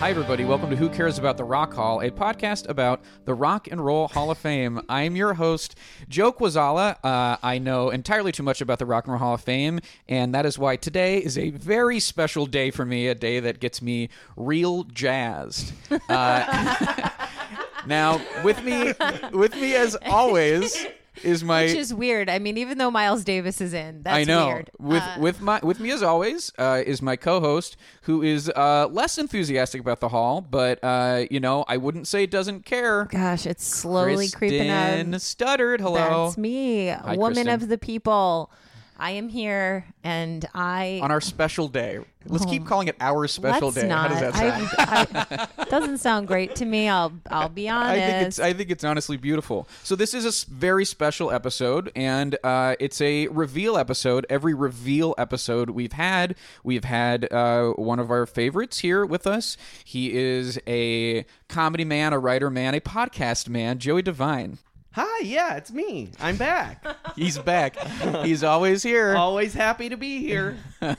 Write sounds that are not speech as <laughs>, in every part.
Hi, everybody. Welcome to Who Cares About the Rock Hall, a podcast about the Rock and Roll Hall of Fame. I'm your host, Joe Quazala. Uh, I know entirely too much about the Rock and Roll Hall of Fame, and that is why today is a very special day for me, a day that gets me real jazzed. <laughs> Uh, <laughs> now, with me, with me as always is my Which is weird. I mean, even though Miles Davis is in, that's I know. weird. Uh. With with my with me as always uh, is my co-host who is uh, less enthusiastic about the hall, but uh, you know I wouldn't say doesn't care. Oh Gosh, it's slowly creeping Kristen out. Stuttered. Hello. That's me, Hi, woman Kristen. of the people. I am here, and I. On our special day, let's keep calling it our special Oh. Let's day. How Not. does that sound? I, <laughs> I, doesn't sound great to me. I'll I'll be I honest. think it's I think it's honestly beautiful. So this is a s- very special episode, and uh, it's a reveal episode. Every reveal episode we've had, we've had uh, one of our favorites here with us. He is a comedy man, a writer man, a podcast man, Joey Devine. Hi, yeah, it's me. I'm back. He's <laughs> back. He's always here. Always happy to be here.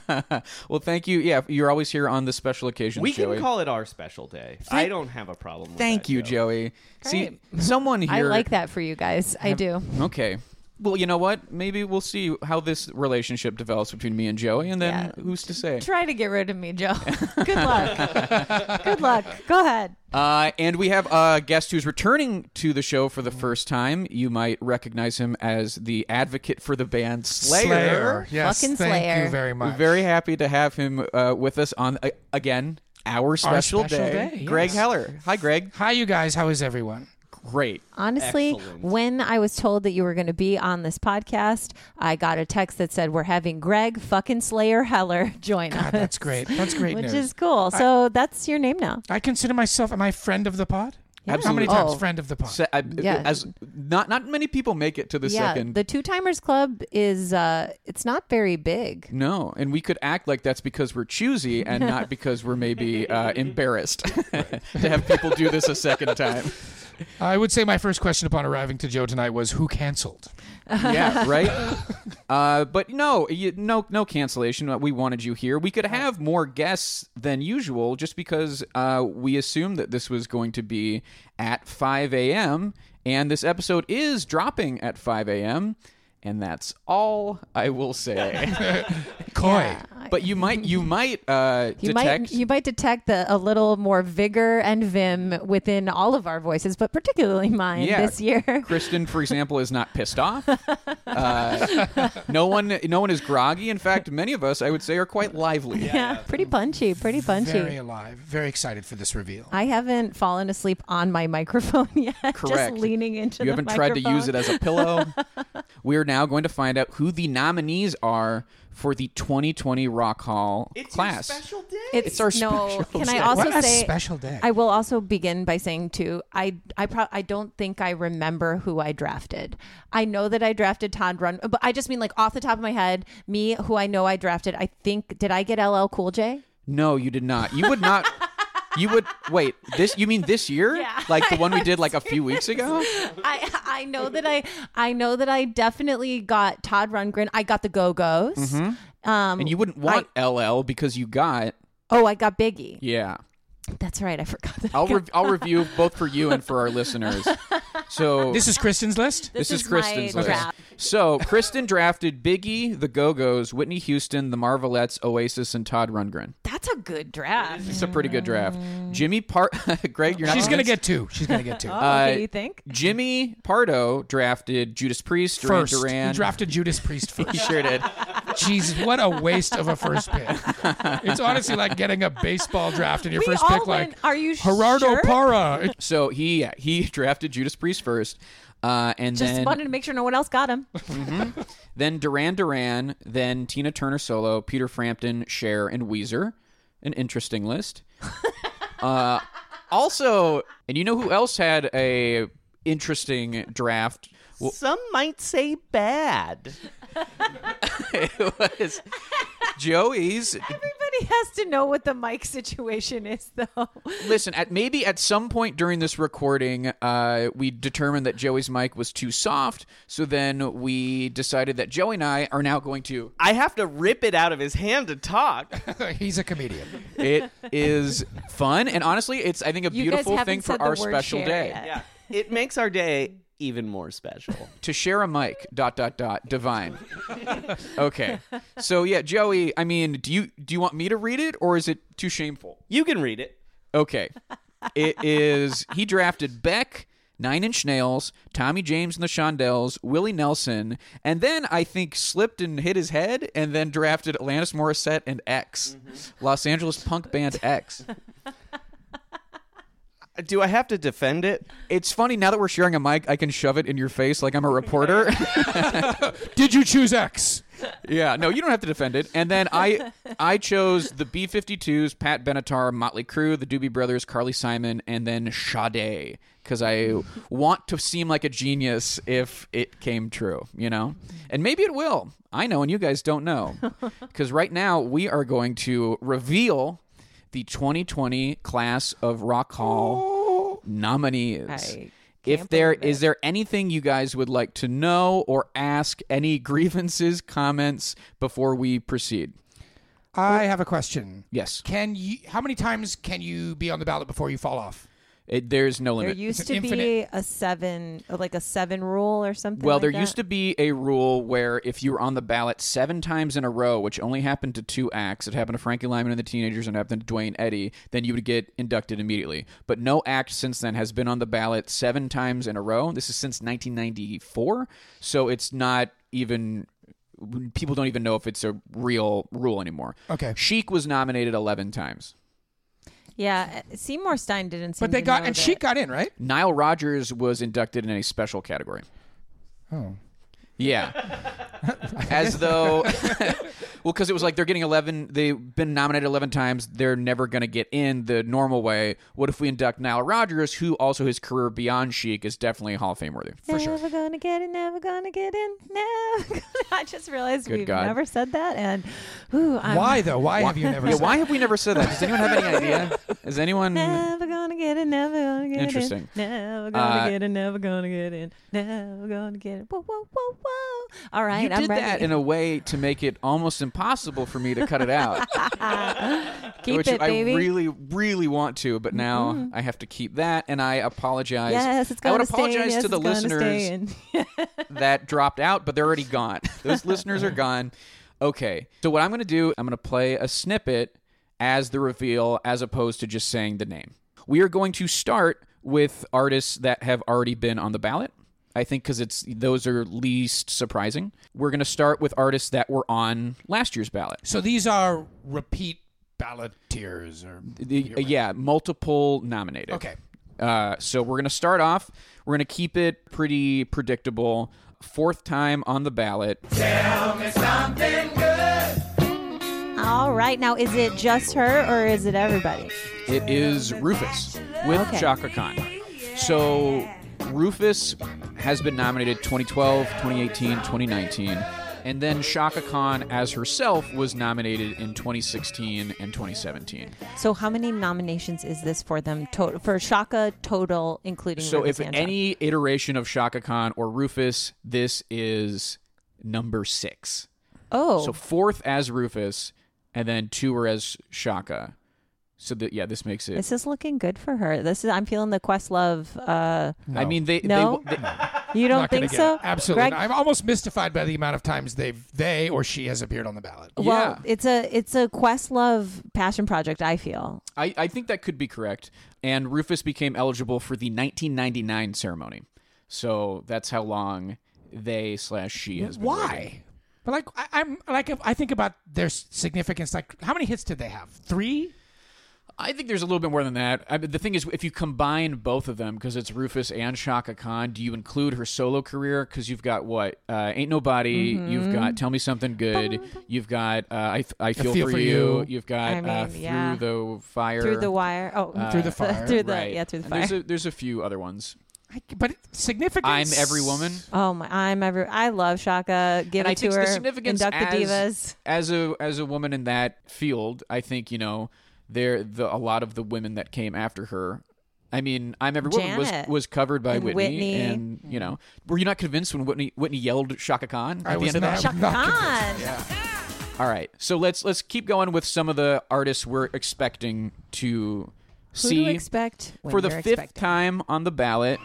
well, thank you. Yeah, you're always here on the special occasions. We can Joey. call it our special day. I don't have a problem with Thank that, you, Joe. Joey. See, someone here. I like that for you guys. I do. Okay. Well, you know what? Maybe we'll see how this relationship develops between me and Joey, and then Yeah. who's to say? Try to get rid of me, Joe. <laughs> Good luck. <laughs> Good luck. Go ahead. Uh, and we have a guest who's returning to the show for the first time. You might recognize him as the advocate for the band Slayer. Yes, Fucking thank Slayer. you very We're much. very happy to have him uh, with us on uh, again our special, special day, Greg yes. Heller. Hi, Greg. Hi, you guys. How is everyone? Great. Honestly, Excellent. when I was told that you were going to be on this podcast, I got a text that said we're having Greg fucking Slayer Heller <laughs> join God, us. that's great. That's <laughs> great Which news. is cool. So that's your name now. I consider myself. Am I friend of the pod? How many Absolutely. times Oh. friend of the pod? So, uh, Yeah. As not not many people make it to the yeah, second. the Two Timers Club is uh it's not very big. No, and we could act like that's because we're choosy and <laughs> not because we're maybe uh, embarrassed <laughs> to have people do this a second time. <laughs> I would say my first question upon arriving to Joe tonight was who canceled. Yeah, <laughs> right. Uh, but no, you, no, no cancellation. Uh, We wanted you here. We could have more guests than usual, just because uh, we assumed that this was going to be at 5 a.m. and this episode is dropping at 5 a.m. And that's all I will <laughs> say. Coy. but you might, you might uh, You detect. might you might detect the, a little more vigor and vim within all of our voices, but particularly mine Yeah. this year. <laughs> Kristen, for example, is not pissed off. Uh, no one, no one is groggy. In fact, many of us, I would say, are quite lively. yeah, pretty punchy, pretty punchy. Very alive. Very excited for this reveal. I haven't fallen asleep on my microphone <laughs> yet. Correct. Just leaning into You the haven't tried to use it as a pillow. <laughs> we are now going to find out who the nominees are for the 2020 Rock Hall It's class. your special day. It's, our no. special can I day. also What a say special day. I will also begin by saying too. I I pro- I don't think I remember who I drafted. I know that I drafted Todd Run, but I just mean like off the top of my head, me who I know I drafted. I think did I get LL Cool J? No, you did not. You would not. You would wait. This you mean this year? Yeah. Like the one <laughs> we did like a few weeks ago? I I know that I I know that I definitely got Todd Rundgren. I got the Go Go's. Um, And you wouldn't want LL because you got oh, I got Biggie. yeah. That's right. I forgot that. I I'll got- re- I'll review both for you and for our listeners. So <laughs> This is Kristen's list. This This, is is my Kristen's list. draft. So Kristen drafted Biggie, the Go Go's, Whitney Houston, the Marvelettes, Oasis, and Todd Rundgren. That's a good draft. It's a pretty good draft. Jimmy Part, <laughs> Greg, you're not. Mm. She's gonna convinced? get two. She's <laughs> gonna get two. okay, Uh, you think? Jimmy Pardo drafted Judas Priest, Duran first, Duran. he drafted Judas <laughs> Priest <laughs> He first. sure did. Jeez, what a waste of a first pick. It's honestly like getting a baseball draft in your We first all pick. went- Like, are you Gerardo sure? Parra? <laughs> It- So he yeah, he <laughs> drafted Judas Priest first, uh, and Just then wanted to make sure no one else got him. then Duran Duran, then Tina Turner solo, Peter Frampton, Cher, and Weezer. An interesting <laughs> list. uh, also, and you know who else had a interesting draft? <laughs> Well, Some might say bad. it was Joey's. Everybody has to know what the mic situation is, though. Listen, at maybe at some point during this recording, uh, we determined that Joey's mic was too soft. So then we decided that Joey and I are now going to. I have to rip it out of his hand to talk. He's a comedian. It is fun, and honestly, it's I think a You guys beautiful haven't thing for said the our word special Cher day. yet. Yeah. It makes our day even more special. to share a mic dot dot dot divine okay so yeah joey i mean do you do you want me to read it or is it too shameful You can read it. okay it is he drafted beck nine inch nails tommy james and the shondells willie nelson and then i think slipped and hit his head and then drafted alanis morissette and x los angeles punk band x Do I have to defend it? it's funny now that we're sharing a mic i can shove it in your face like i'm a reporter Did you choose X? Yeah, no, you don't have to defend it. And then I I chose the B52s, Pat Benatar, Motley Crue, the Doobie Brothers, Carly Simon, and then Sade cuz I want to seem like a genius if it came true, you know? And maybe it will. I know and you guys don't know. Cuz right now we are going to reveal the 2020 class of Rock Hall nominees. I If there is there anything you guys would like to know or ask, any <laughs> grievances, comments before we proceed? I have a question. Yes, Can you? How many times can you be on the ballot before you fall off? It- there's no There limit. used It's to an be a seven, like a seven rule or something. well, like there that. used to be a rule where if you were on the ballot seven times in a row, which only happened to two acts, it happened to Frankie Lyman and the Teenagers, and it happened to Dwayne Eddy, then you would get inducted immediately. But no act since then has been on the ballot seven times in a row. This is since 1994, so it's not even. People don't even know if it's a real rule anymore. Okay. Chic was nominated 11 times. Yeah, uh, Seymour Stein didn't. Seem But they to got know and that. she got in right. Nile Rodgers was inducted in a special category. Oh. Yeah. As though, <laughs> well, because it was like they're getting 11, they've been nominated 11 times. They're never going to get in the normal way. What if we induct Nile Rodgers, who also his career beyond Chic is definitely Hall of Fame worthy? never gonna get in, never gonna get in, never. Gonna... <laughs> I just realized Good we've God. never said that, and ooh, I'm Why though? Why have you never? Yeah, said- why have we never said that? Does anyone have any idea? Is <laughs> anyone. never gonna get in, never gonna get Interesting. in, never gonna Uh, get in, never gonna get in, never gonna get in. Whoa, whoa, whoa, whoa! All right, You I'm did ready. that in a way to make it almost impossible for me to cut it <laughs> out. Keep which it, I baby. Mm-hmm. really, really want to, but now I have to keep that, and I apologize. Yes, it's I going would to stay. in, apologize yes, to the it's gonna stay listeners in. <laughs> that dropped out, but they're already gone. Those listeners are gone. Okay, so what I'm going to do, I'm going to play a snippet as the reveal, as opposed to just saying the name. We are going to start with artists that have already been on the ballot. I think because it's those are least surprising. We're going to start with artists that were on last year's ballot. So these are repeat balloteers or The- uh, yeah, multiple nominated. okay. Uh, so we're going to start off. We're going to keep it pretty predictable. Fourth time on the ballot. All right, now is it just her or is it everybody? It is Rufus with Okay. Chaka Khan. So Rufus has been nominated 2012, 2018, 2019. And then Shaka Khan as herself was nominated in 2016 and 2017. So how many nominations is this for them total for Shaka total, including So if Rivers and John? any iteration of Shaka Khan or Rufus, this is number six. oh So fourth as Rufus, and then two were as Shaka. So that yeah, this makes it. This is looking good for her. This is I'm feeling the Questlove. Uh, I mean, they No? they, they you don't Not gonna think get so? it. Absolutely. Greg- not. I'm almost mystified by the amount of times they've they or she has appeared on the ballot. yeah. Well, it's a it's a Questlove passion project. I feel I, I think that could be correct. And Rufus became eligible for the 1999 ceremony. So that's how long they slash she has been. waiting. Why? But like I, I'm like if I think about their s- significance. Like how many hits did they have? Three. I think there's a little bit more than that. I, but the thing is, if you combine both of them, because it's Rufus and Shaka Khan, do you include her solo career? Because you've got what? Uh, Ain't Nobody. You've Mm-hmm. got Tell Me Something Good. You've got uh, I, I Feel, Feel for, for you. You. You've got I mean, uh, Through yeah. the Fire. through the wire. Oh, Uh, Through the <laughs> fire, through the Right. yeah, through the And fire. There's a, there's a few other ones. I, but I'm significance. Every Woman. oh my! I'm ever. I love Shaka. Give and it I to think her. the significance Induct the divas. <laughs> as, as a as a woman in that field, I think you know there the a lot of the women that came after her. I mean, I'm every woman was Janet. was covered by And Whitney, Whitney. and you know, were you not convinced when Whitney Whitney yelled Shaka Khan at I the was end not, of that? not convinced. Khan. All right, so let's let's keep going with some of the artists we're expecting to Who see do you expect when for the you're fifth expecting? time on the ballot.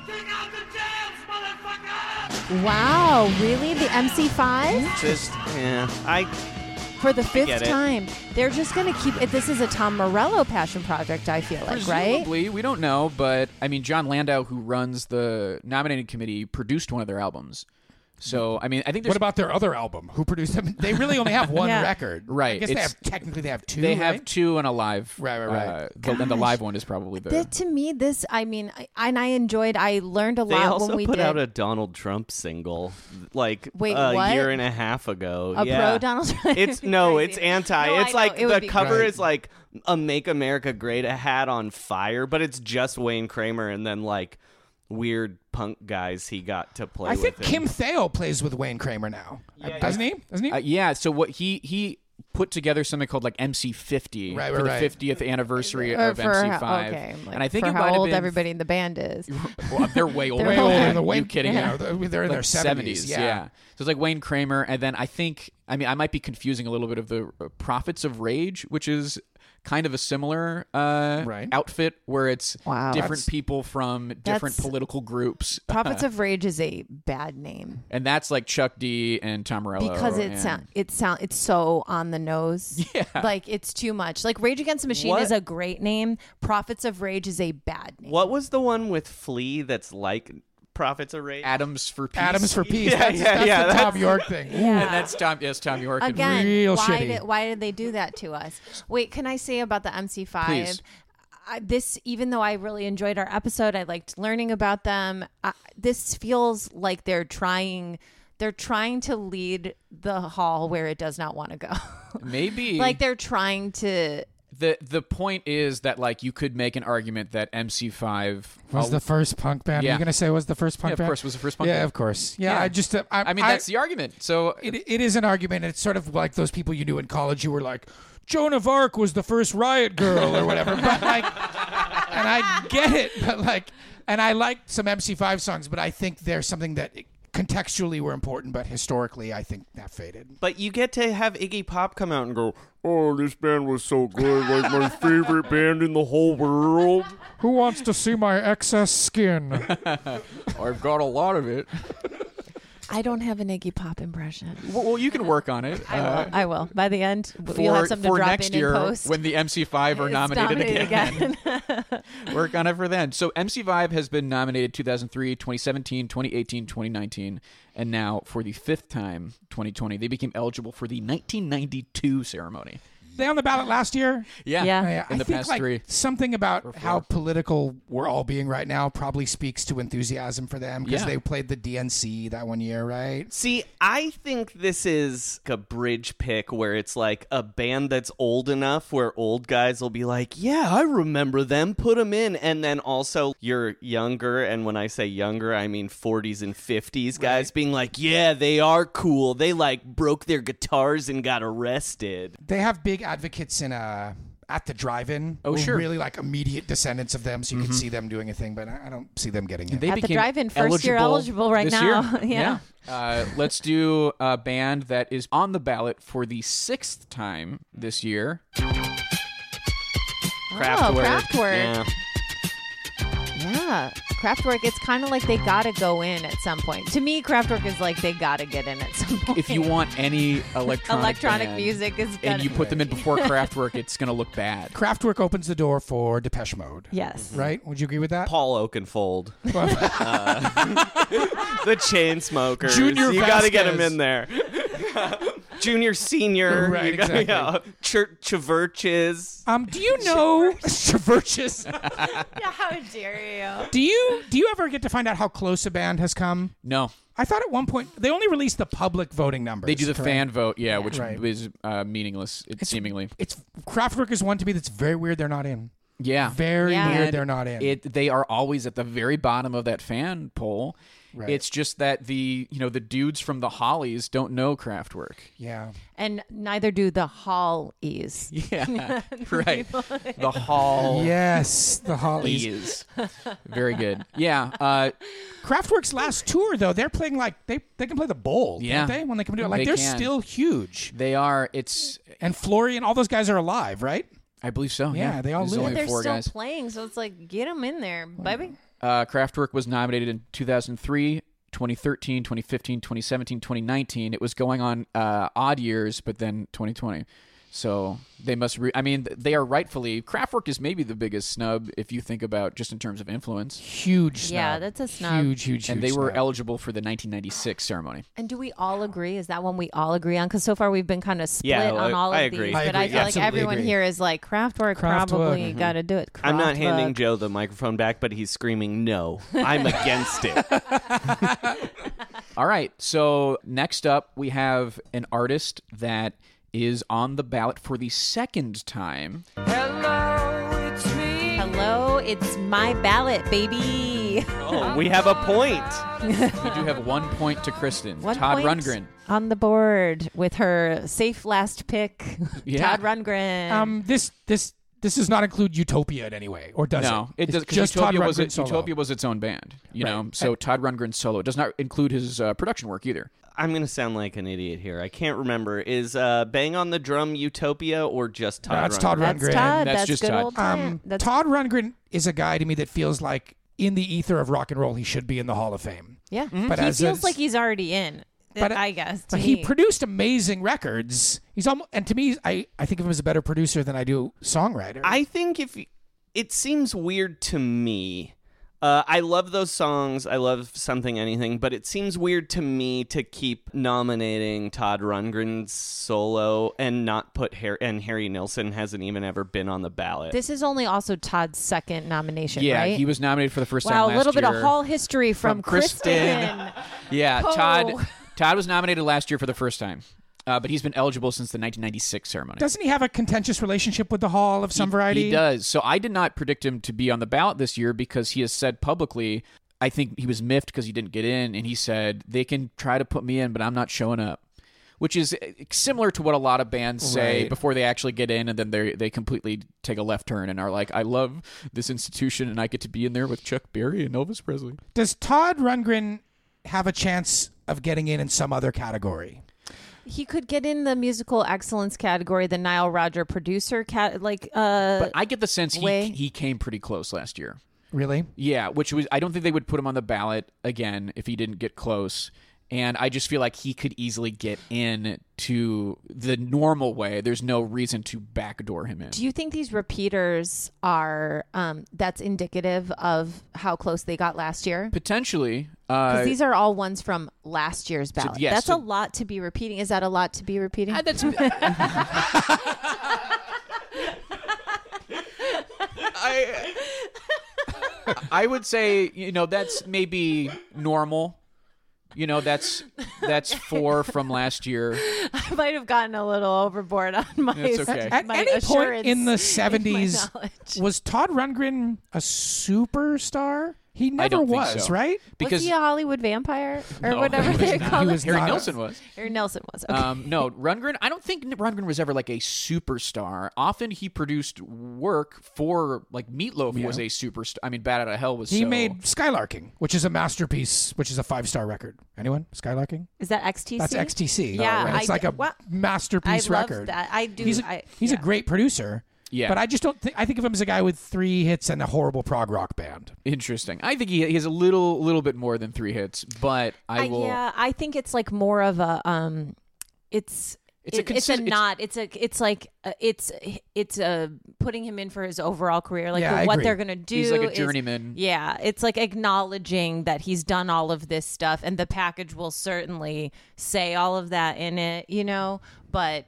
Wow, really? The MC5 Just yeah. I for the fifth get it. time? They're just going to keep it. This is a Tom Morello passion project. I feel like, right? Presumably, we don't know, but I mean, John Landau, who runs the nominating committee, produced one of their albums. So I mean, I think there's What about their other album? Who produced them? They really only have one Yeah. record, Right, I guess they it's- have technically they have two. they have right? two and a live, Right, right, right. Uh, the, and the live one is probably the. That, to me, this. I mean, I, and I enjoyed. I learned a they lot also when we put did out a Donald Trump single like Wait, a what? year and a half ago. A yeah. pro <laughs> Donald Trump. <laughs> It's no, Crazy. it's anti. No, I it's know. like It would the be cover Right. is like a "Make America Great" a hat on fire, but it's just Wayne Kramer and then like weird punk guys he got to play. I with think him. Kim Thale plays with Wayne Kramer now, doesn't he? Doesn't he? uh, yeah, so what he he put together something called like MC50 Right, for right, right. the 50th anniversary Or of for MC5, how, okay, like, and I think for it might how have old been- everybody in the band <laughs> is. <laughs> Well, they're way older. Way than older that. than the Wayne. You kidding? Yeah, me? they're, they're in Like their seventies. yeah. So it's like Wayne Kramer, and then I think I mean I might be confusing a little bit of the uh, Prophets of Rage, which is kind of a similar uh, Right. outfit where it's Wow. different That's- people from different That's- political groups, Prophets of Rage is a bad name and that's like Chuck D and Tom Morello because it and- sound it sound it's so on the nose. Yeah, like it's too much. Like Rage Against the Machine What? is a great name. Prophets of Rage is a bad name. What was the one with Flea that's like Prophets of Rage? Adams for Peace. <laughs> Adams for Peace. Yeah, that's yeah, that's yeah, the that's- Tom York thing. And that's Tom. Yes, Tom York. and- Again, Real why shitty. did why did they do that to us? Wait, can I say about the MC5? Please. I, this, even though I really enjoyed our episode, I liked learning about them. I, this feels like they're trying. They're trying to lead the hall where it does not want to go. <laughs> maybe like they're trying to. the the point is that like you could make an argument that MC5 Was the first punk band? Oh. Yeah. Are you gonna say was the first punk Yeah, of band? course, was the first punk Yeah, band. of course. Yeah, I just uh, I, I mean that's the argument. So it, it is an argument. It's sort of like those people you knew in college. You were like, Joan of Arc was the first riot girl or whatever. But like, and I get it. But like, and I like some MC5 songs, but I think they're something that contextually were important, but historically, I think that faded. But you get to have Iggy Pop come out and go, Oh, this band was so good. Like my favorite band in the whole world. Who wants to see my excess skin? I've got a lot of it. I don't have an Iggy Pop impression. Well, well, you can work on it. uh, I will. I will. By the end, for, you'll have something for to drop next in year and post. when the MC5 are It's nominated, nominated again. <laughs> again. <laughs> Work on it for then. So MC5 has been nominated 2003, 2017, 2018, 2019, and now for the fifth time, 2020, they became eligible for the 1992 ceremony. they on the ballot last year? Yeah, Yeah. Yeah, in I the think, past like, three. Something about how political we're all being right now probably speaks to enthusiasm for them because Yeah. they played the DNC that one year, right? See, I think this is a bridge pick where it's like a band that's old enough where old guys will be like, "Yeah, I remember them. Put them in." And then also you're younger, and when I say younger, I mean 40s and 50s guys being like, "Yeah, they are cool. They like broke their guitars and got arrested." they have big advocates in uh at the drive-in. Oh, sure. Mm-hmm. Really, like immediate descendants of them, so you can see them doing a thing. But I I don't see them getting it. They At the became drive-in, first year eligible right this now. year. <laughs> Yeah. Uh, let's do a band that is on the ballot for the sixth time this year. Kraftwerk. Kraftwerk. Yeah. Oh, Yeah. Kraftwerk, it's kind of like they got to go in at some point. To me, Kraftwerk is like they got to get in at some point. If <laughs> you want any electronic electronic band music is good. and you put them in <laughs> before Kraftwerk, it's gonna look bad. Kraftwerk opens the door for Depeche Mode. <laughs> Yes. Right? Would you agree with that? Paul <laughs> Oakenfold. Uh, <laughs> the chain smokers. Junior you gotta get him Vasquez. in there. <laughs> Junior, senior, Right, you gotta- exactly. yeah. church churches. Um, <laughs> do you know <laughs> Traverses? How dare you? Do you do you ever get to find out how close a band has come? No, I thought at one point they only released the public voting numbers. they do the correct? fan vote, yeah, which Right. is uh, meaningless, it seemingly. It's Kraftwerk is one to me that's very weird. They're not in. Yeah, Very Yeah. weird. And They're not in. It they are always at the very bottom of that fan poll. Right. It's just that the you know the dudes from the Hollies don't know <laughs> Kraftwerk. yeah. And neither do the Hall E's. <laughs> Yeah, <laughs> right. The Hall Yes, the Hollies. is <laughs> very good. Yeah, uh, Kraftwerk's last tour though, they're playing like they they can play the bowl, Yeah. don't they? When they come do it, like They are can. still huge. they are. It's And Florian, all those guys are alive, right? I believe so. Yeah, Yeah, they all There's live. only But they're four still guys. playing, so it's like get them in there, baby. Uh, Kraftwerk was nominated in 2003, 2013, 2015, 2017, 2019. It was going on uh, odd years, but then 2020. So they must. Re- I mean, they are rightfully. Kraftwerk is maybe the biggest snub if you think about just in terms of influence. Huge. Snub. Yeah, that's a snub. Huge, huge, huge. and they were snub. eligible for the 1996 ceremony. And do we all agree? Is that one we all agree on? Because so far we've been kind of split Yeah, on I- all I of agree. these, I but I agree. feel like Absolutely everyone agree. here is like Kraftwerk, Kraftwerk. probably got to do it. I'm not handing Kraftwerk. Joe the microphone back, but he's screaming, "No! I'm against <laughs> it." All right. So next up, we have an artist that is on the ballot for the second time. Hello, it's my ballot, baby. Oh, <laughs> we have a point. We do have one point to Kristen. One Todd point Rundgren. on the board with her safe last pick. Yeah. Todd Rundgren. Um, this this this does not include Utopia in any way, or does no, it? it does. 'cause Just Utopia Todd was Rundgren it, solo. Utopia was its own band, you know. So Todd Rundgren's solo it does not include his uh, production work either. I'm gonna sound like an idiot here. I can't remember. Is uh, "Bang on the Drum" Utopia or just Todd? Uh, That's Rundgren? Todd that's Todd. Rundgren. That's That's, just good Todd. old Todd. Um, that's Todd Rundgren is a guy to me that feels like in the ether of rock and roll, he should be in the Hall of Fame. yeah. But he as feels a- like he's already in. But, uh, I guess. To But he me. produced amazing records. He's almost, and to me, I, I think of him as a better producer than I do songwriter. I think if y- it seems weird to me. Uh, I love those songs. I love something, anything, but it seems weird to me to keep nominating Todd Rundgren's solo and not put Harry. And Harry Nilsson hasn't even ever been on the ballot. this is only also Todd's second nomination, Yeah, right? he was nominated for the first time. Wow, a last little bit of year. hall history From from, Kristen. Yeah, Oh. Todd. Todd was nominated last year for the first time, uh, but he's been eligible since the 1996 ceremony. Doesn't he have a contentious relationship with the Hall of some variety? He does. So I did not predict him to be on the ballot this year because he has said publicly, I think he was miffed because he didn't get in, and he said they can try to put me in, but I'm not showing up. Which is eh, similar to what a lot of bands say Right. before they actually get in, and then they they completely take a left turn and are like, "I love this institution, and I get to be in there with Chuck Berry and Elvis Presley." Does Todd Rundgren have a chance of getting in in some other category? He could get in the musical excellence category, the Nile Roger producer cat, like uh, But I get the sense he Way. he came pretty close last year. Really? Yeah, which was I don't think they would put him on the ballot again if he didn't get close. And I just feel like he could easily get in to the normal way. There's no reason to backdoor him in. Do you think these repeaters are um, that's indicative of how close they got last year? Potentially, 'Cause uh, these are all ones from last year's ballot. yes, that's so- a lot to be repeating. Is that a lot to be repeating? Ah, <laughs> that's I I would say you know that's maybe normal. You know that's that's four from last <laughs> year. I might have gotten a little overboard on my, That's okay. At my any point assurance <laughs> <laughs> in the my 70s, knowledge. was Todd Rundgren a superstar? He never don't think was, so. right? Because was he a Hollywood vampire or No, whatever he they was not. call He it? was Harry not. Nelson was. Or Nelson was. Okay. Um, no, Rundgren. I don't think Rundgren was ever like a superstar. Often he produced work for like Meatloaf was a superstar. I mean, Bad Out of Hell was. He so- made Skylarking, which is a masterpiece, which is a five star record. Anyone? Skylarking? Is that XTC? That's XTC. Yeah, Right. it's I- like a well, masterpiece I love record. that. I do- He's a, I- he's a yeah. great producer. Yeah. But I just don't think I think of him as a guy with three hits and a horrible prog rock band. Interesting. I think he, he has a little little bit more than three hits, but I will. Uh, yeah, I think it's like more of a um, it's. It's a it- it's consi- a it's- not. It's a. It's like uh, it's it's uh putting him in for his overall career. Like Yeah, I what agree. they're gonna do. He's like a is- journeyman. yeah, it's like acknowledging that he's done all of this stuff, and the package will certainly say all of that in it. You know, but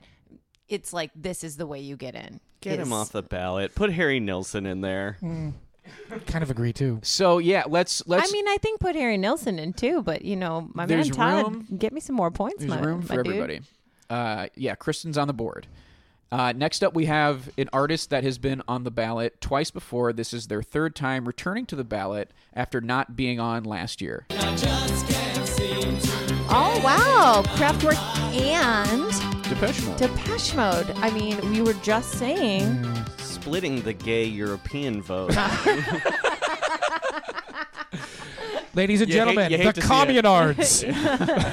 it's like this is the way you get in. is- Get Mm. him off the ballot. Put Harry Nilsson in there. Kind of agree too. So yeah, let's let's. I mean, I think put Harry Nilsson in too, but you know, my There's man Todd, room- get me some more points. there's my, room my for dude. everybody. Uh, yeah, Kristen's on the board. Uh, next up, we have an artist that has been on the ballot twice before. This is their third time returning to the ballot after not being on last year. Oh wow, Kraftwerk and Depeche Mode. Depeche Mode. I mean, we were just saying. Splitting the gay <laughs> European vote. Ladies and You hate- gentlemen, you hate to the see it. <laughs> communards.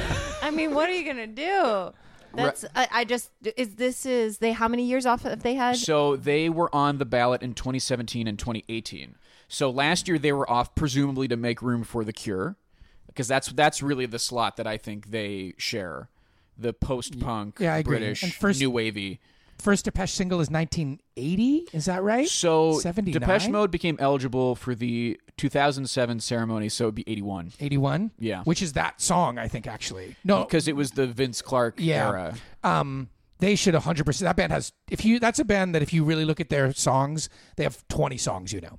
I mean, what are you gonna do? That's I, I just is this is they how many years off have they had? So they were on the ballot in 2017 and 2018. So last year they were off, presumably to make room for the Cure, because that's that's really the slot that I think they share, the post-punk Yeah, I agree. British And first- new wavy. First Depeche single is 1980. Is that right? So 79? Depeche Mode became eligible for the 2007 ceremony, so it'd be 81 81. Yeah. Which is that song? I think actually. Oh. No, because it was the Vince Clarke yeah. era. Um, they should 100. percent That band has. If you, that's a band that if you really look at their songs, they have 20 songs. You know.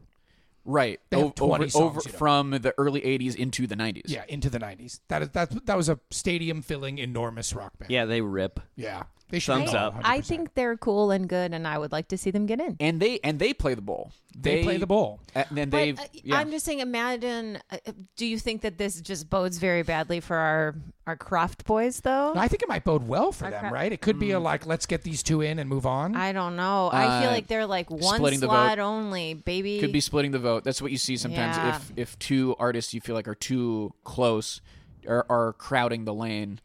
Right, They have O- 20 over, songs, over you know. from the early '80s into the '90s. Yeah, into the 90s. That is that that was a stadium filling enormous rock band. yeah, they rip. Yeah. They should be Thumbs all up. 100%. I think they're cool and good, and I would like to see them get in. and they and they play the bowl. They play the bowl. and then But, they. uh, yeah. I'm just saying, imagine. Uh, uh, do you think that this just bodes very badly for our our Croft boys, though? I think it might bode well for them, crap. right? It could be a Mm. like, let's get these two in and move on. I don't know. I feel Uh, like they're like one splitting the slot vote. only, baby. could be splitting the vote. That's what you see sometimes Yeah. if if two artists you feel like are too close are, are crowding the lane.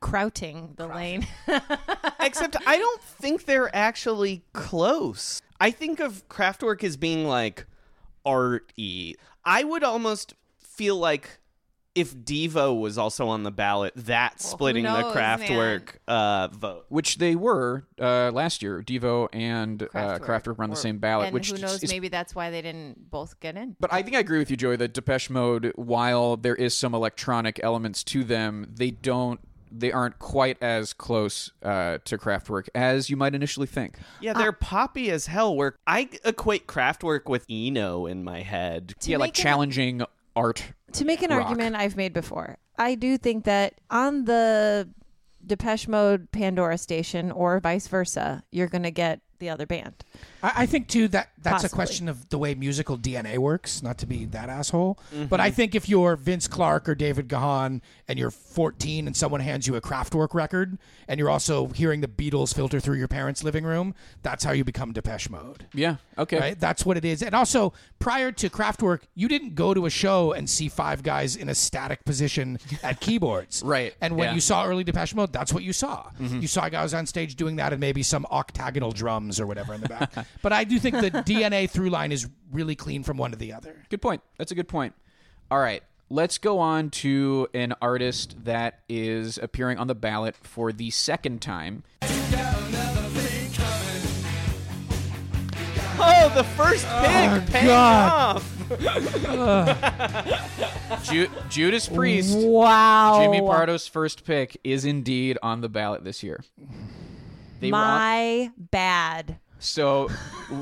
crouting the lane. Except I don't think they're actually close. I think of Kraftwerk as being like arty. I would almost feel like if Devo was also on the ballot, that's splitting knows, the Kraftwerk uh, vote. Which they were uh, last year. Devo and Kraftwerk, uh, Kraftwerk were on the same ballot. and which who knows? is- maybe that's why they didn't both get in. But I think I agree with you, Joey. That Depeche Mode, while there is some electronic elements to them, they don't. They aren't quite as close uh, to Kraftwerk as you might initially think. Yeah, they're poppy as hell. Where I equate Kraftwerk with Eno in my head. yeah, like make an- challenging art. To make an rock. argument I've made before, I do think that on the Depeche Mode Pandora station or vice versa, you're going to get the other band. I, I think too that that's a Possibly. question of the way musical DNA works. Not to be that asshole, Mm-hmm. but I think if you're Vince Clarke or David Gahan and you're 14 and someone hands you a Kraftwerk record and you're also hearing the Beatles filter through your parents' living room, that's how you become Depeche Mode. Yeah. Okay. Right? That's what it is. And also, prior to Kraftwerk, you didn't go to a show and see five guys in a static <laughs> position at keyboards. Right, And when yeah. you saw early Depeche Mode, that's what you saw. You saw guys on stage doing that and maybe some octagonal drums or whatever in the <laughs> back. but I do think the DNA through line is really clean from one to the other. Good point. That's a good point. All right. Let's go on to an artist that is appearing on the ballot for the second time. Oh, the first pick paying God. off. Ju- Judas Priest, Wow. Jimmy Pardo's first pick, is indeed on the ballot this year. They were on- My bad. so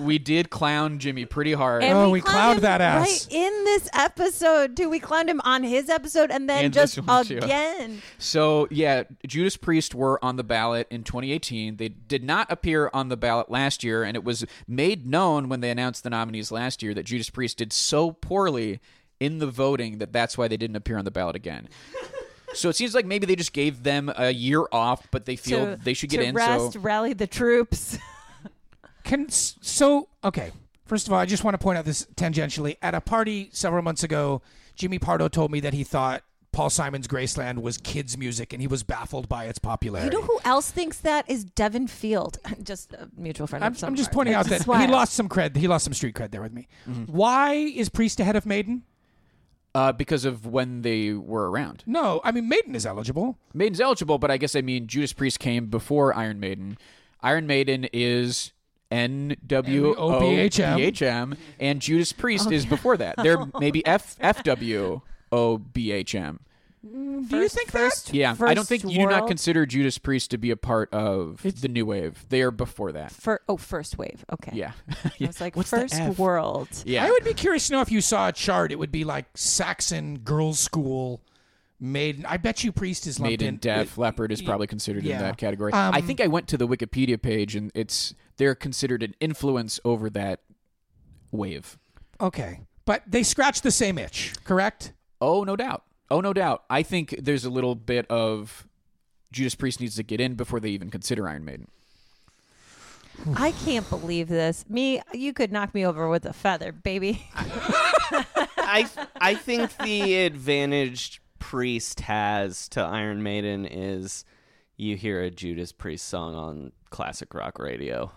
we did clown Jimmy pretty hard. And Oh, we clowned him that ass. Right in this episode, too. We clowned him on his episode and then And just this one, too. again. So yeah, Judas Priest were on the ballot in 2018. They did not appear on the ballot last year, and it was made known when they announced the nominees last year that Judas Priest did so poorly in the voting that that's why they didn't appear on the ballot <laughs> again. so it seems like maybe they just gave them a year off, but they feel to- they should get to in. Rest, So rally the troops. Can so okay. First of all, I just want to point out this tangentially. At a party several months ago, Jimmy Pardo told me that he thought Paul Simon's Graceland was kids' music, and he was baffled by its You popularity. know who else thinks that is Devin Field, <laughs> just a mutual friend. I'm, of I'm just Sondheim's. pointing out that That's why- he lost some cred. He lost some street cred there with me. Mm-hmm. Why is Priest ahead of Maiden? uh, because of when they were around. No, I mean Maiden is eligible. Maiden's eligible, but I guess I mean Judas Priest came before Iron Maiden. Iron Maiden is N W O B H M, and Judas Priest is before that. They're maybe F F W O B H M. Do you think first? Yeah, I don't First think you do not world- consider Judas Priest to be a part of the new wave. They are before that. Fir- oh, first wave. Okay. Yeah, <laughs> I was like, first world. yeah. I would be curious to know if you saw a chart. It would be like Saxon girls' school, Maiden. I bet you Priest is lumped Maiden, in. Def Leopard is probably considered yeah. in that category. Um, I think I went to the Wikipedia page, and it's they're considered an influence over that wave. Okay, but they scratch the same itch, correct? Oh, no doubt. Oh, no doubt. I think there's a little bit of Judas Priest needs to get in before they even consider Iron Maiden. I can't believe this. Me, you could knock me over with a feather, baby. <laughs> <laughs> I I think the advantage Priest has to Iron Maiden is you hear a Judas Priest song on classic rock radio.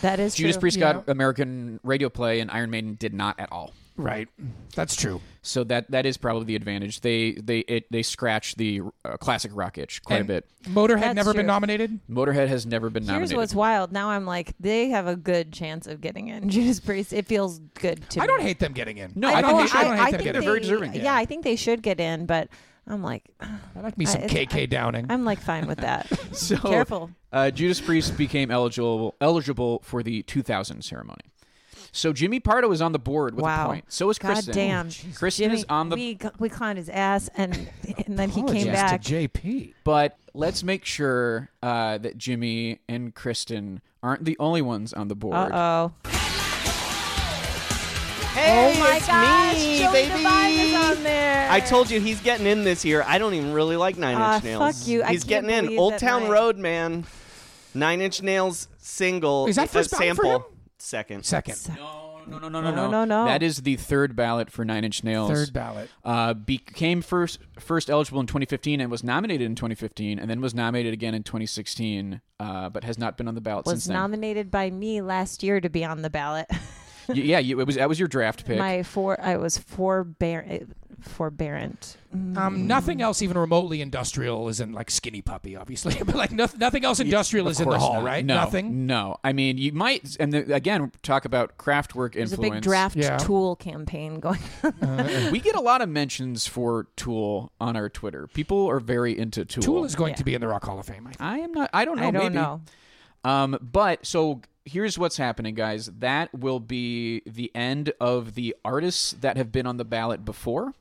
That is Judas true. Priest got American radio play, and Iron Maiden did not at all. Right, that's true. So that that is probably the advantage. They they it, they scratch the uh, classic rock itch quite And a bit. Motorhead That's never true. been nominated. Motorhead has never been Here's nominated. <laughs> what's wild. Now I'm like, they have a good chance of getting in. <laughs> Judas Priest. It feels good to I me. don't hate them getting in. No, I, I don't, know, hate, I, don't hate them think getting they're very in. they- deserving. Yeah. I think they should get in, but I'm like, <sighs> I like me some I- KK Downing. I'm like fine with that. <laughs> so, <laughs> Careful. Uh, Judas Priest became eligible eligible for the 2000 ceremony. So Jimmy Pardo is on the board with wow. a point. So is Kristen. God damn. Kristen Jimmy, is on the we, we clowned his ass, and and Oh, then he Apologies came back. to JP. but let's make sure uh, that Jimmy and Kristen aren't the only ones on the board. Uh oh. Hey, oh my it's gosh, me, Joey baby! Devine is on there. I told you he's getting in this year. I don't even really like Nine Ah, Inch Nails. fuck you. I He's can't getting in. believe Old that Town my- Road, man. Nine Inch Nails single. Is that uh, first ballot for sample? him? Second. Second, No, no, no, no, no, No, no, no. That is the third ballot for Nine Inch Nails. third ballot. Uh, became first first eligible in 2015 and was nominated in 2015 and then was nominated again in 2016, uh, but has not been on the ballot since was nominated by me last year to be on the ballot. <laughs> then. Y- yeah, you, it was that was your draft pick. My four, I was forbear, eh, forbearant. Um, nothing else even remotely industrial is in like Skinny Puppy, obviously, <laughs> but like noth- nothing else industrial is Of in the course hall, not. right? No, Nothing. No, I mean you might, and the, again, talk about craftwork There's influence. a big draft Yeah. tool campaign going. <laughs> We get a lot of mentions for Tool on our Twitter. People are very into Tool. Tool is going Yeah. to be in the Rock Hall of Fame. I think. I am not. I Oh, don't know. I don't maybe. know. Um, but so here's what's happening, guys. That will be the end of the artists that have been on the ballot before.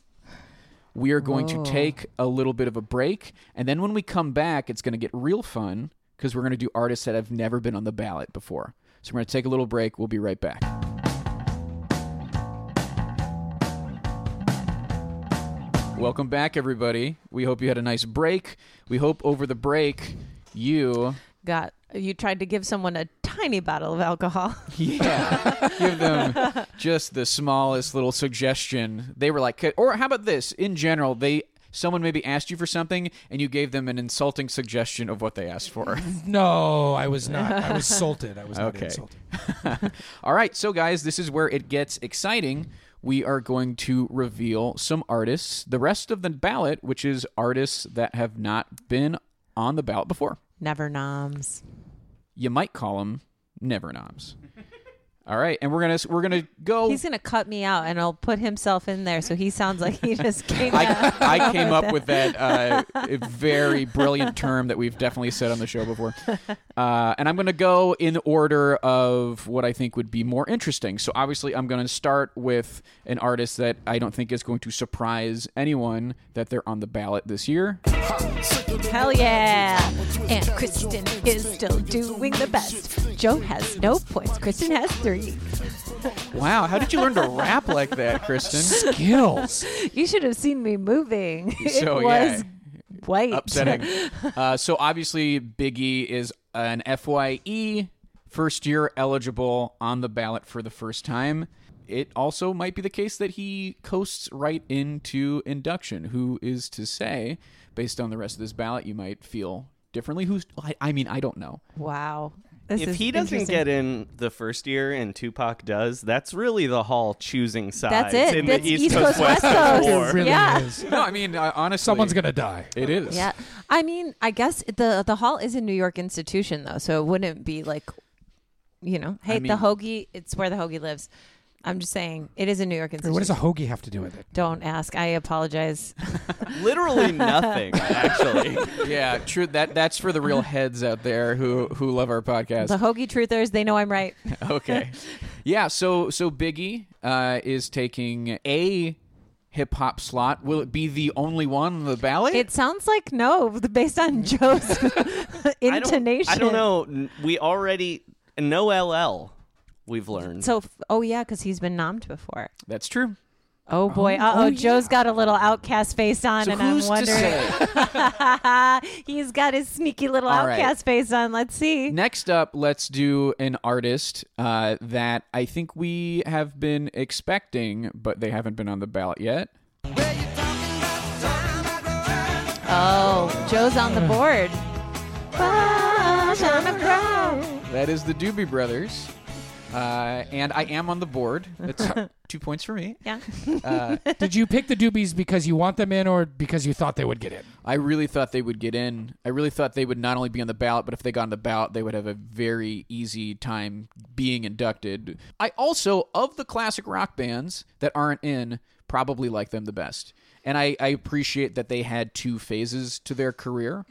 We are going to take a little bit of a break, and then when we come back, it's going to get real fun because we're going to do artists that have never been on the ballot before. So we're going to take a little break. We'll be right back. Welcome back, everybody. We hope you had a nice break. We hope over the break you Got you tried to give someone a tiny bottle of alcohol. <laughs> Yeah. Give them just the smallest little suggestion. They were like, or how about this? In general, they someone maybe asked you for something and you gave them an insulting suggestion of what they asked for. No, I was not. I was salted. I was not Okay. insulted. <laughs> All right, so guys, this is where it gets exciting. We are going to reveal some artists, the rest of the ballot, which is artists that have not been on the ballot before. Never noms. You might call them never noms. All right, and we're gonna we're gonna go. He's gonna cut me out, and I'll put himself in there, so he sounds like he <laughs> just came. I, out. I came up with that uh, very brilliant term that we've definitely said on the show before. Uh, and I'm going to go in order of what I think would be more interesting. So, obviously, I'm going to start with an artist that I don't think is going to surprise anyone that they're on the ballot this year. Hell yeah! And Kristen is still doing the best. Joe has no points. Kristen has three. Wow, how did you learn to rap like that, <laughs> Kristen? Skills. You should have seen me moving. <laughs> So, it yeah. was <laughs> white. Upsetting. Uh, so, obviously, Biggie is E an FYE first year eligible on the ballot for the first time. it also might be the case that he coasts right into induction. Who is to say, based on the rest of this ballot, you might feel differently? Who's, I, I mean, I don't <laughs> know. <laughs> Wow. This if is he doesn't interesting. get in the first year and Tupac does, that's really the Hall choosing sides That's it. in That's the East, Coast, West Coast It War. really Yeah. is. No, I mean, uh, honestly. Someone's gonna die. It is. Yeah. I mean, I guess the the hall is a New York institution though, so it wouldn't be like you know, hey, the mean- hoagie, it's where the hoagie lives. I'm just saying, it is a New York institution. What does a hoagie have to do <laughs> with it? Don't ask. I apologize. <laughs> Literally nothing, actually. Yeah, true. That that's for the real heads out there who who love our podcast. the hoagie truthers, they know I'm right. <laughs> okay. Yeah, so so Biggie uh, is taking a hip hop slot. Will it be the only one on the ballot? It sounds like no, <laughs> based on Mm. <laughs> Joe's I don't- intonation. I don't, know. We already no LL. We've learned. So, f- oh yeah, because he's been nommed before. that's true. Oh boy. Uh oh, Joe's got a little outcast face on, So and I'm who's to wondering. say? <laughs> He's got his sneaky little All right. outcast face on. Let's see. Next up, let's do an artist uh, that I think we have been expecting, but they haven't been on the ballot yet. Oh, Joe's on the board. That is the Doobie Brothers. Uh, and I am on the board. <laughs> That's two points for me. Yeah. Did you pick the Doobies because you want them in, or because you thought they would get in? I really thought they would get in. I really thought they would not only be on the ballot, but if they got on the ballot, they would have a very easy time being inducted. I also, of the classic rock bands that aren't in, probably like them the best. And I, I appreciate that they had two phases to their career.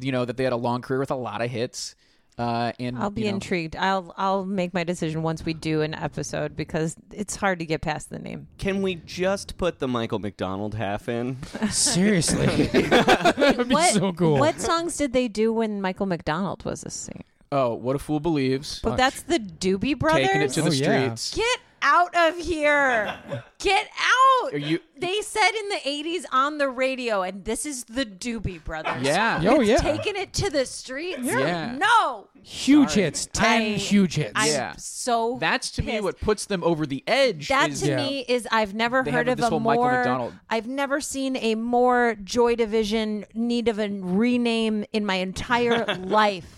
You know, that they had a long career with a lot of hits. Uh, and I'll be you know, intrigued. I'll I'll make my decision once we do an episode because it's hard to get past the name. Can we just put the Michael McDonald half in? Seriously, <laughs> that'd be What, so cool. what songs did they do when Michael McDonald was a singer? Oh, what a fool believes. But that's the Doobie Brothers. taking it to the Oh, yeah. streets. Get out of here. Get out. Are you- they said in the 80s on the radio, and this is the Doobie Brothers. Yeah. Yo, yeah, Taking it to the streets. Yeah. No. huge hits, ten I- huge hits. I'm Yeah. so That's to me pissed. what puts them over the edge. That is- to me is I've never They heard have of this a whole Michael more McDonald. I've never seen a more Joy Division need of a rename in my <laughs> entire life.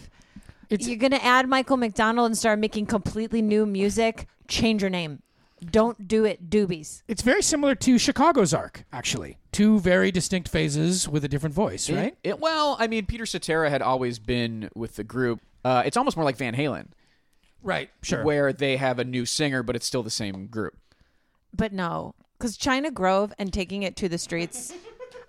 You're gonna add Michael McDonald and start making completely new music. Change your name. Don't do it, Doobies. It's very similar to Chicago's arc, actually. Two very distinct phases with a different voice, right? It, it- well, I mean, Peter Cetera had always been with the group. Uh, it's almost more like Van Halen, Right, sure. where they have a new singer, but it's still the same group. But no, because China Grove and taking it to the streets.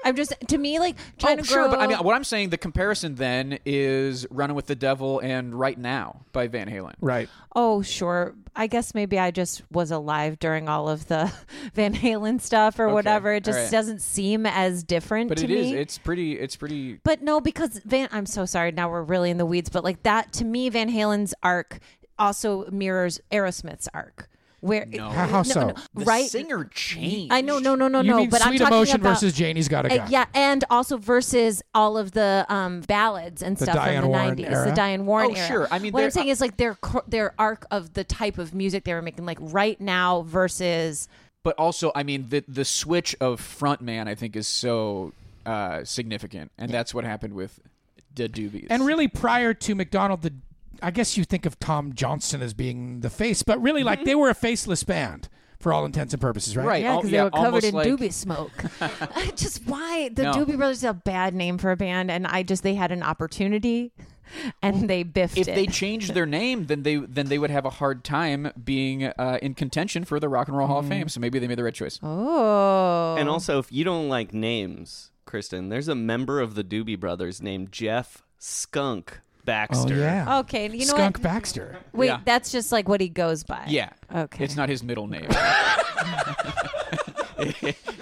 I'm just to me like Oh, China Grove. sure, but I mean, what I'm saying, the comparison then is "Running with the Devil" and "Right Now" by Van Halen. right. Oh, sure. I guess maybe I just was alive during all of the <laughs> Van Halen stuff or whatever. It just all right. doesn't seem as different But to it me. is. It's pretty. It's pretty. but no, because Van, I'm so sorry. Now we're really in the weeds. But like that, to me, Van Halen's arc also mirrors Aerosmith's arc. Where How, how so? The right? singer changed. I know, no, no, no, you no. mean but I'm Sweet talking Emotion about, versus Janie's Got a uh, Gun. yeah, and also versus all of the um, ballads and The stuff Diane from the Warren '90s, era? the Diane Warren Oh, era. sure. I mean, what there- I'm saying is like their cor- their arc of the type of music they were making, like right now versus But also, I mean, the the switch of frontman, I think, is so uh, significant, and that's what happened with the Doobies. And really, prior to McDonald, the I guess you think of Tom Johnston as being the face, but really, Mm-hmm. like they were a faceless band for all intents and purposes, right? Right. yeah, al- because they were almost covered in like- <laughs> doobie smoke. I just why the No. Doobie Brothers is a bad name for a band, and I just they had an opportunity, <laughs> and they biffed if it. they changed their name, then they then they would have a hard time being uh, in contention for the Rock and Roll Hall of Fame. Mm. So maybe they made the right choice. oh, And also, if you don't like names, Kristen, there's a member of the Doobie Brothers named Jeff Skunk Oh Baxter. yeah. okay, you know Skunk what? Baxter. Wait, Yeah. that's just like what he goes by. Yeah. Okay. It's not his middle <laughs> name. <laughs>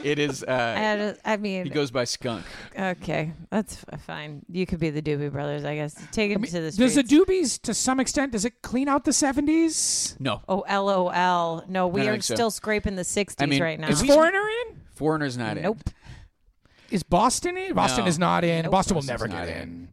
it is. Uh, I, just- I mean, he goes by Skunk. Okay, that's f- uh, fine. You could be the Doobie Brothers, I guess. Take him to the Does streets. the Doobies, to some extent, does it clean out the seventies? No, oh, lol. No, we don't are think so. still scraping the '60s I mean, right now. if Is we- Foreigner in? foreigner's not in. Nope. Is Boston in? Boston No. is not in. Boston will never Boston's get not <laughs> in.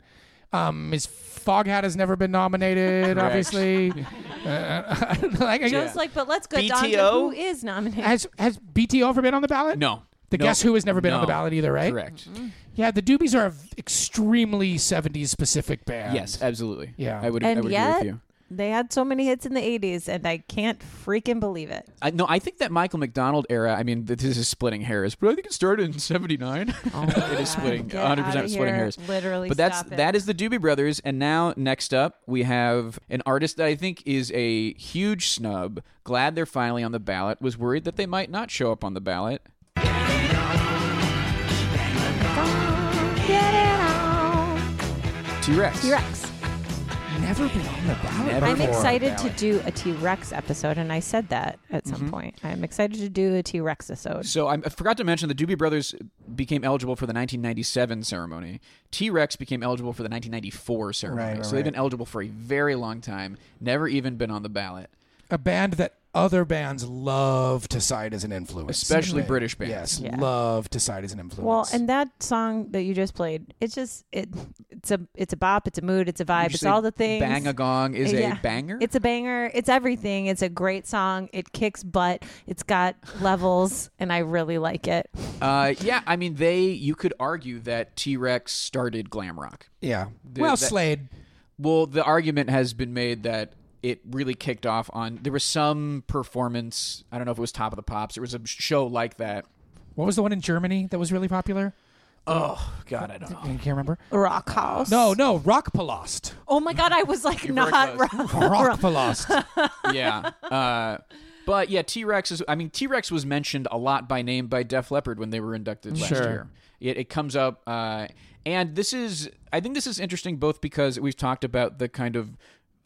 Um, is Foghat has never been nominated, obviously. <laughs> like, I Joe's guess, like, but let's go down to BTO? who is nominated. has has BTO ever been on the ballot? No. The No. Guess Who has never been on the No. ballot either, right? Correct. Mm. Yeah, the Doobies are an extremely '70s specific band. Yes, absolutely. Mm. Yeah. I would, I and would yet agree with you. they had so many hits in the 80s and I can't freaking believe it. I, no, I think that Michael McDonald era. I mean, th- this is splitting hairs, but I think it started in '79. <laughs> it is splitting, Oh, Get 100 outta percent splitting here. hairs. Literally but that's stop it. that is the Doobie Brothers, and now next up we have an artist that I think is a huge snub. Glad they're finally on the ballot. Was worried that they might not show up on the ballot. T Rex. T-Rex. never been on the ballot. Never. I'm Or excited to do a T-Rex episode and I said that at Mm-hmm. some point. I'm excited to do a T-Rex episode. So I I forgot to mention the Doobie Brothers became eligible for the 1997 ceremony. T Rex became eligible for the 1994 ceremony. right, so they've been right. eligible for a very long time, never even been on the ballot. a band that other bands love to cite as an influence, Especially Right. British bands. Yes, Yeah. love to cite as an influence. Well, and that song that you just played, it's just it it's a it's a bop, it's a mood, it's a vibe, Would you it's say all the things. Bang a Gong is Yeah. a banger. It's a banger. It's everything. It's a great song. It kicks butt. It's got levels, and I really like it. uh, yeah, I mean, they, you could argue that T Rex started glam rock. yeah, well, that- Slade. Well, the argument has been made that it really kicked off on, there was some performance, I don't know if it was Top of the Pops, there was a show like that. What was the one in Germany that was really popular? Oh, God, I don't know. I can't remember. Rock house. No, no, Rockpalast. Oh my god, I was like were not close. Oh, rock. <laughs> Rockpalast. yeah. Uh, but yeah, T Rex is. I mean, T Rex was mentioned a lot by name by Def Leppard when they were inducted last Sure. year. It, it comes up, uh, and this is. I think this is interesting both because we've talked about the kind of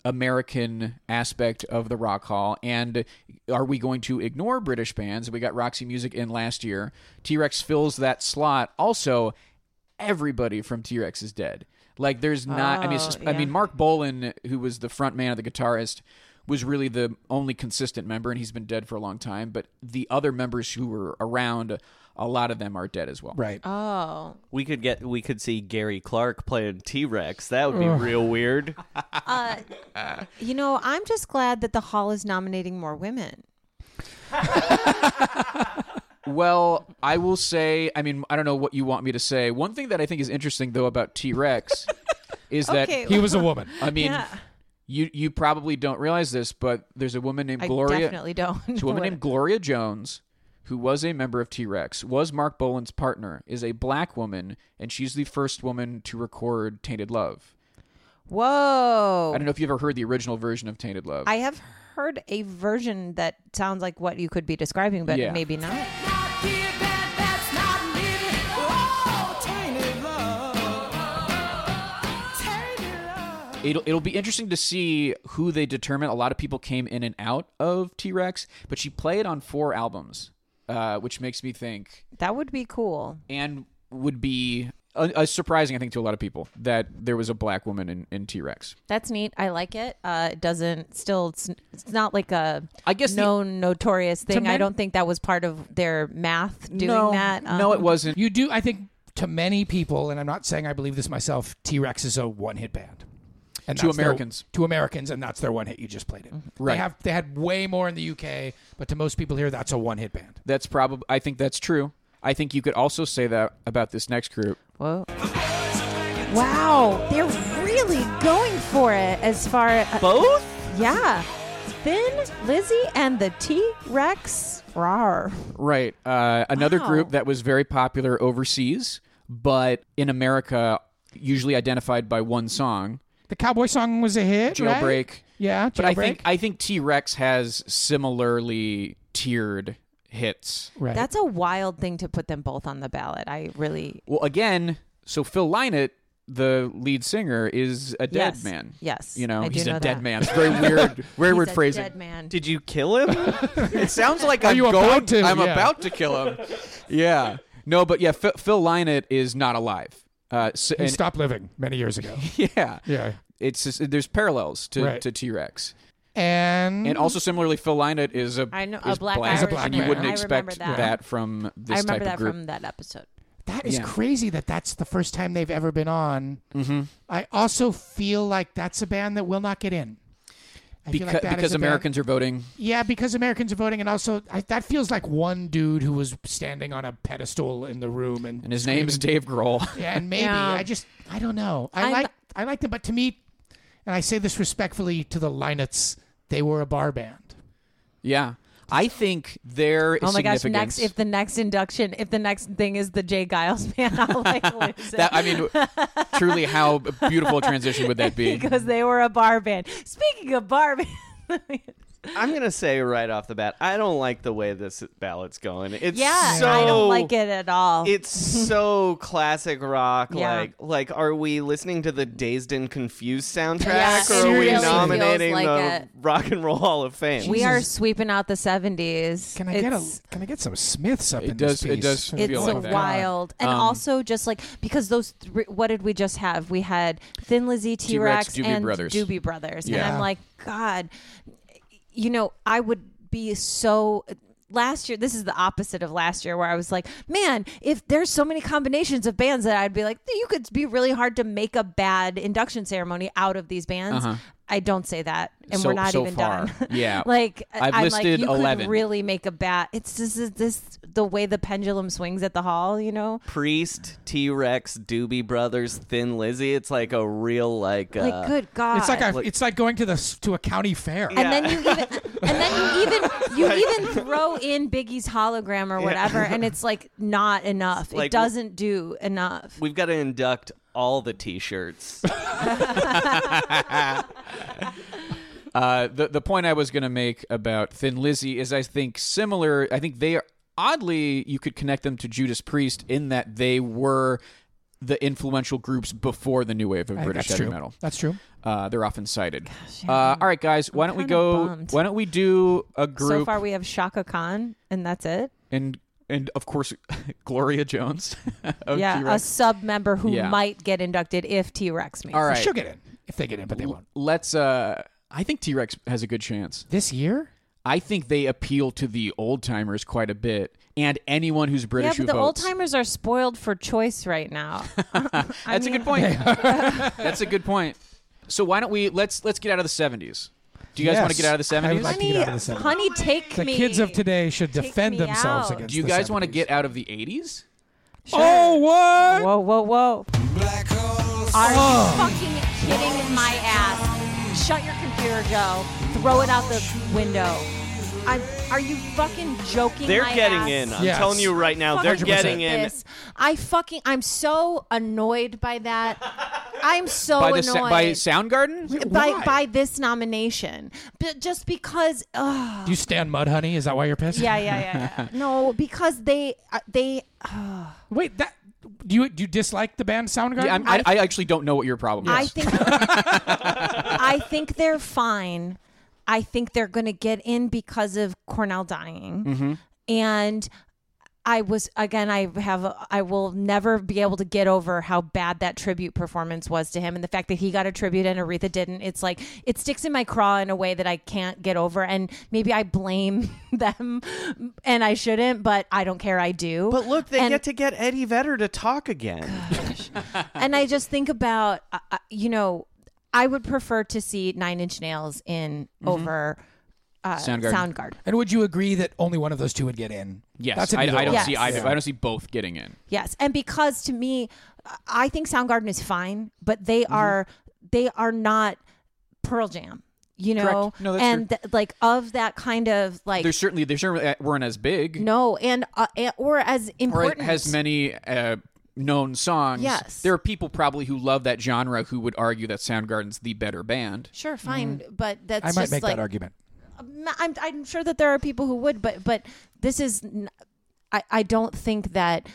American aspect of the Rock Hall, and are we going to ignore British bands? We got Roxy Music in last year. T Rex fills that slot. Also, everybody from T Rex is dead. Like there's not. I mean, it's just, Oh, I mean, Mark Bolan, who was the front man of the guitarist, was really the only consistent member, and he's been dead for a long time. But the other members who were around, a lot of them are dead as well. right. Oh, We could get we could see Gary Clark playing T Rex. That would be real weird. uh, <laughs> you know, I'm just glad that the hall is nominating more women. Well, I will say. I mean, I don't know what you want me to say. One thing that I think is interesting though about T <laughs> Rex is that Okay. He was a woman. I mean, Yeah. you you probably don't realize this, but there's a woman named I Gloria. definitely don't. It's a woman named Gloria Jones, who was a member of T Rex, was Mark Bolan's partner, is a black woman, and she's the first woman to record Tainted Love. Whoa. I don't know if you've ever heard the original version of Tainted Love. I have heard a version that sounds like what you could be describing, but Yeah. maybe not. It'll, it'll be interesting to see who they determine. A lot of people came in and out of T Rex, but she played on four albums, uh, which makes me think That would be cool. and would be uh uh surprising, I think, to a lot of people that there was a black woman in, in T Rex. That's neat. I like it. Uh, it doesn't still. It's, it's not like a I guess the- known notorious thing. I men- don't think that was part of their math doing no, that. no, Um, it wasn't. You do, I think, to many people, and I'm not saying I believe this myself. T Rex is a one-hit band. And To that's their- Americans. Mm-hmm. to Americans, and that's their one hit. You just played it. Right. They have they had way more in the UK, but to most people here, that's a one-hit band. That's probably. I think that's true. I think you could also say that about this next group. Whoa. Wow, they're really going for it as far as Both? yeah. Thin Lizzie and the T Rex. Rar. Right. Uh, another Wow. group that was very popular overseas, but in America, usually identified by one song, The cowboy song was a hit. Jailbreak. right? Yeah, But I Jailbreak. think I think T Rex has similarly tiered hits. right. That's a wild thing to put them both on the ballot. I really Well, again, so Phil Lynott, the lead singer, is a dead Yes. man. Yes. You know, I do he's a know dead that. man. It's very <laughs> weird, very weird He's a phrasing. Dead man. Did you kill him? It sounds like Are I'm you going. about to? I'm Yeah. about to kill <laughs> him. yeah. No, but yeah, Phil, Phil Lynott is not alive. Uh, so, he and- stopped living many years ago. <laughs> yeah, yeah, It's just, there's parallels to Right. to T Rex, and and also similarly, Phil Lynott is a Mm-hmm. I know- a is black He's a black and you man. wouldn't I remember expect that. from I this remember type that of group. from that episode. That is Yeah. Mm-hmm. crazy that that's the first time they've ever been on. I also feel like that's a band that will not get in. I feel Beca- like that is because a bad- Americans are voting. Yeah, because Americans are voting, and also I, that feels like one dude who was standing on a pedestal in the room, and, And his name is Dave Grohl. Yeah, and maybe Yeah. I just I don't know. I I'm- like I liked them, but to me, and I say this respectfully to the Linuts, they were a bar band. <laughs> yeah. I think their Oh my gosh! significance- Next, if the next induction, if the next thing is the Jay Giles <laughs> man, I'll <laughs> like lose that I <laughs> mean, truly, how beautiful a transition would that be? because they were a bar band. Speaking of bar band, <laughs> I'm gonna say right off the bat, I don't like the way this ballad's going. It's yeah, so, I don't like it at <laughs> all. It's so classic rock. Yeah. Like, like, are we listening to the Dazed and Confused soundtrack, Yeah, it or are really we feels nominating like the it. Rock and Roll Hall of Fame? we are sweeping out the seventies. Can I get a Can I get some Smiths up It in does- this it piece? does Oh, feel like It's God. that. Um, wild, and also just like because those three, what did we just have? We had Thin Lizzy, T Rex, Doobie and Brothers. Doobie Brothers, and Yeah. I'm like, God, you know, I would be so. Last year, this is the opposite of last year, where I was like, man, if there's so many combinations of bands that I'd be like, you could be really hard to make a bad induction ceremony out of these bands. I don't say that, and Uh-huh. So- we're not so even far. done. <laughs> Yeah. like I've I'm listed like, you 11. Could really make a bat. It's this is this the way the pendulum swings at the hall. You know, Priest, T Rex, Doobie Brothers, Thin Lizzy. It's like a real like. like uh, good god. It's like a, it's like going to the s- to a county fair. and then you even and then you <laughs> even you even throw in Biggie's hologram or <laughs> whatever, and it's like not enough. like- it doesn't do enough. We've got to induct all <laughs> the T-shirts. Uh, the the point I was going to make about Thin Lizzy is I think similar. I think they are oddly you could connect them to Judas Priest in that they were the influential groups before the new wave of I think British that's heavy true. metal. That's true. Uh, they're often cited. uh, all right, guys, why don't we kinda go? bummed. Why don't we do a group So far, we have Shaka Khan, and that's it. and and of course <laughs> Gloria Jones. <laughs> of yeah, T-Rex. a sub member who Yeah. might get inducted if T Rex makes. All it. right, She'll get in if they get in, but they won't. let's. Uh, I think T Rex has a good chance. This year, I think they appeal to the old timers quite a bit, and anyone who's Yeah, British who but the old votes. timers are spoiled for choice right <laughs> now. That's a good point. <laughs> That's a good point. So why don't we let's let's get out of the seventies? Do you guys Yes. want to get out of the I seventies? would like to honey, get out of the seventies. honey, take The me. kids of today should defend me themselves out. against. Do you the guys want to 70s. get out of the eighties? Oh what? Whoa, whoa, whoa. Black holes. Are you fucking kidding my ass? Shut your computer, Joe. Throw it out the window. I'm, are you fucking joking? They're my getting ass? in. I'm Yes. telling you right now, Fuck they're with getting in. this. I fucking, I'm so annoyed by that. I'm so By the annoyed sa- by Soundgarden? Oh, by, Why? by this nomination, but just because. <laughs> Ugh. Do you stand mud, honey? Is that why you're pissed? Yeah, yeah, yeah, yeah. no, because they uh, they Wait, that do you do you dislike the band Soundgarden? Yeah, I'm, I, I actually don't know what your problem I is. think I think they're fine. I think they're going to get in because of Cornell dying. And I was again I have a- I will never be able to get over how bad that tribute performance was to him and the fact that he got a tribute and Aretha didn't. It's like it sticks in my craw in a way that I can't get over and maybe I blame <laughs> them and I shouldn't, but I don't care I do. But look, they And- get to get Eddie Vedder to talk again. and I just think about, uh, uh, you know, I would prefer to see Nine Inch Nails in over uh, Mm-hmm. Soundgarden. Soundgarden. and would you agree that only one of those two would get in? yes, That's I, an I don't Yes. see either. I don't see both getting in. Yes, and because to me, uh, I think Soundgarden is fine, but they Mm-hmm. are they are not Pearl Jam. You know, Correct. No, that's and th- like of that kind of like There's certainly they certainly weren't as big no, and uh, and- or as or important as many uh, known songs. Yes. there are people probably who love that genre who would argue that Soundgarden's the better band. Sure, fine, Mm-hmm. but that's I might just make like that argument. Ma- I'm, I'm sure that there are people who would, but but this is, n- I I don't think that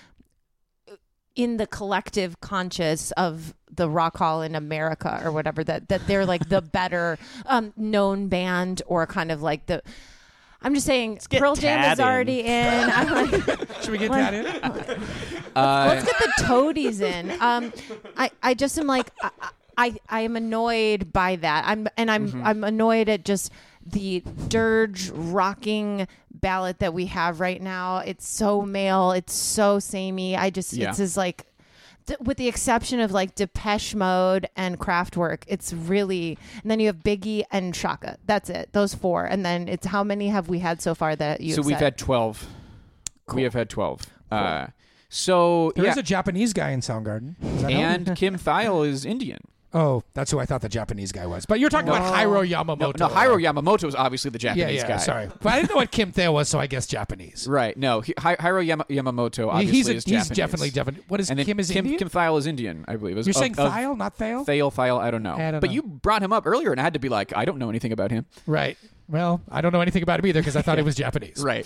uh, in the collective conscious of the rock hall in America or whatever that that they're like the better um, known band or kind of like the. I'm just saying, get Pearl Jam Tad is in. already in. I'm like, <laughs> Should we get Like- that in? let's get the <laughs> toadies in. Um, I I just am like I I, I am annoyed by that. I'm and I'm Mm-hmm. I'm annoyed at just the dirge rocking ballot that we have right now. It's so male. It's so samey. I just Yeah. it's just like d- with the exception of like Depeche Mode and Kraftwerk, it's really. And then you have Biggie and Shaka. That's it. Those four. And then it's how many have we had so far that you? so we've had 12 we have had 12 uh, so There is yeah a Japanese guy in Soundgarden. Does that help? and kim Thiel is <laughs> indian oh, that's who I thought the Japanese guy was. But you're talking about Hiro no, Yamamoto. no Hiro yamamoto is obviously the Yeah, japanese yeah. guy Sorry, but I didn't know what Kim Thale was, so I guess Japanese. right no Hi- Hiro Yama- yamamoto He- obviously he's a- is he's japanese definitely Japanese. What is and then Kim is kim, Indian? kim Thiel is indian i believe It was you're of- saying of Thale, not Thale? Thiel, Thiel, I don't know. I don't but know. you brought him up earlier, and I had to be like, I don't know anything about him. Right. Well, I don't know anything about him either because I thought <laughs> it was Japanese. Right.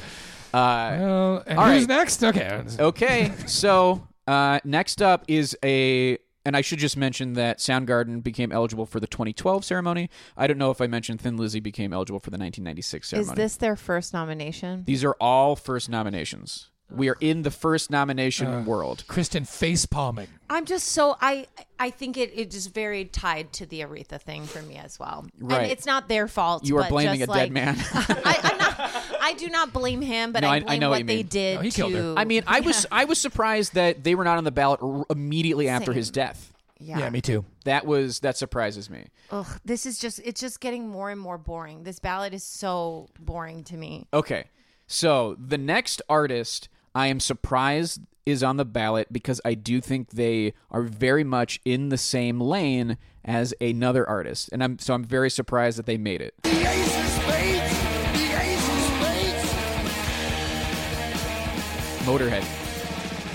Uh, Well, and All who's right. next? Okay. uh, Okay, so uh, next up is a, and I should just mention that Soundgarden became eligible for the 2012 ceremony. I don't know if I mentioned Thin Lizzy became eligible for the 1996 ceremony. Is this their first nomination? These are all first nominations. We are in the first nomination world. Kristen face palming. I'm just so I I think it it is very tied to the Aretha thing for me as well. Right. And it's not their fault. You are but blaming just a dead like- <laughs> man. I, I'm not, I do not blame him, but No, I- I I blame know what what, you they mean. did No, he to. killed her. I mean, I was I was surprised that they were not on the ballot r- immediately after his death. yeah. yeah, me too. That was that surprises me. Ugh, this is just it's just getting more and more boring. This ballot is so boring to <laughs> me. Okay. So the next artist I am surprised is on the ballot because I do think they are very much in the same lane as another artist. And I'm so I'm very surprised that they made it. Motorhead.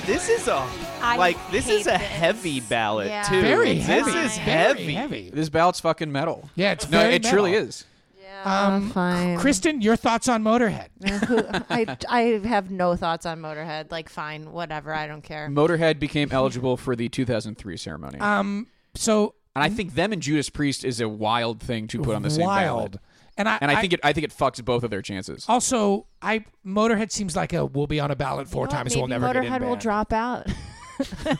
This is a I like this is a hate this. heavy ballot Yeah. too. Very this heavy. is Very heavy. heavy. This ballot's fucking metal. Yeah, it's No, very it truly metal. is. Um, Uh, fine. Kristen, your thoughts <laughs> on Motorhead? I I have no thoughts on Motorhead. Motorhead, like fine, whatever, I don't care. Motorhead became eligible for the 2003 ceremony. Um, so and I think them and Judas Priest is a wild thing to put on the same wild, ballot. and I Oh, And I think it I think it fucks both of their chances. also I Motorhead seems like a we'll be on a ballot four times. Maybe We'll never Motorhead get in will band. <laughs> drop out.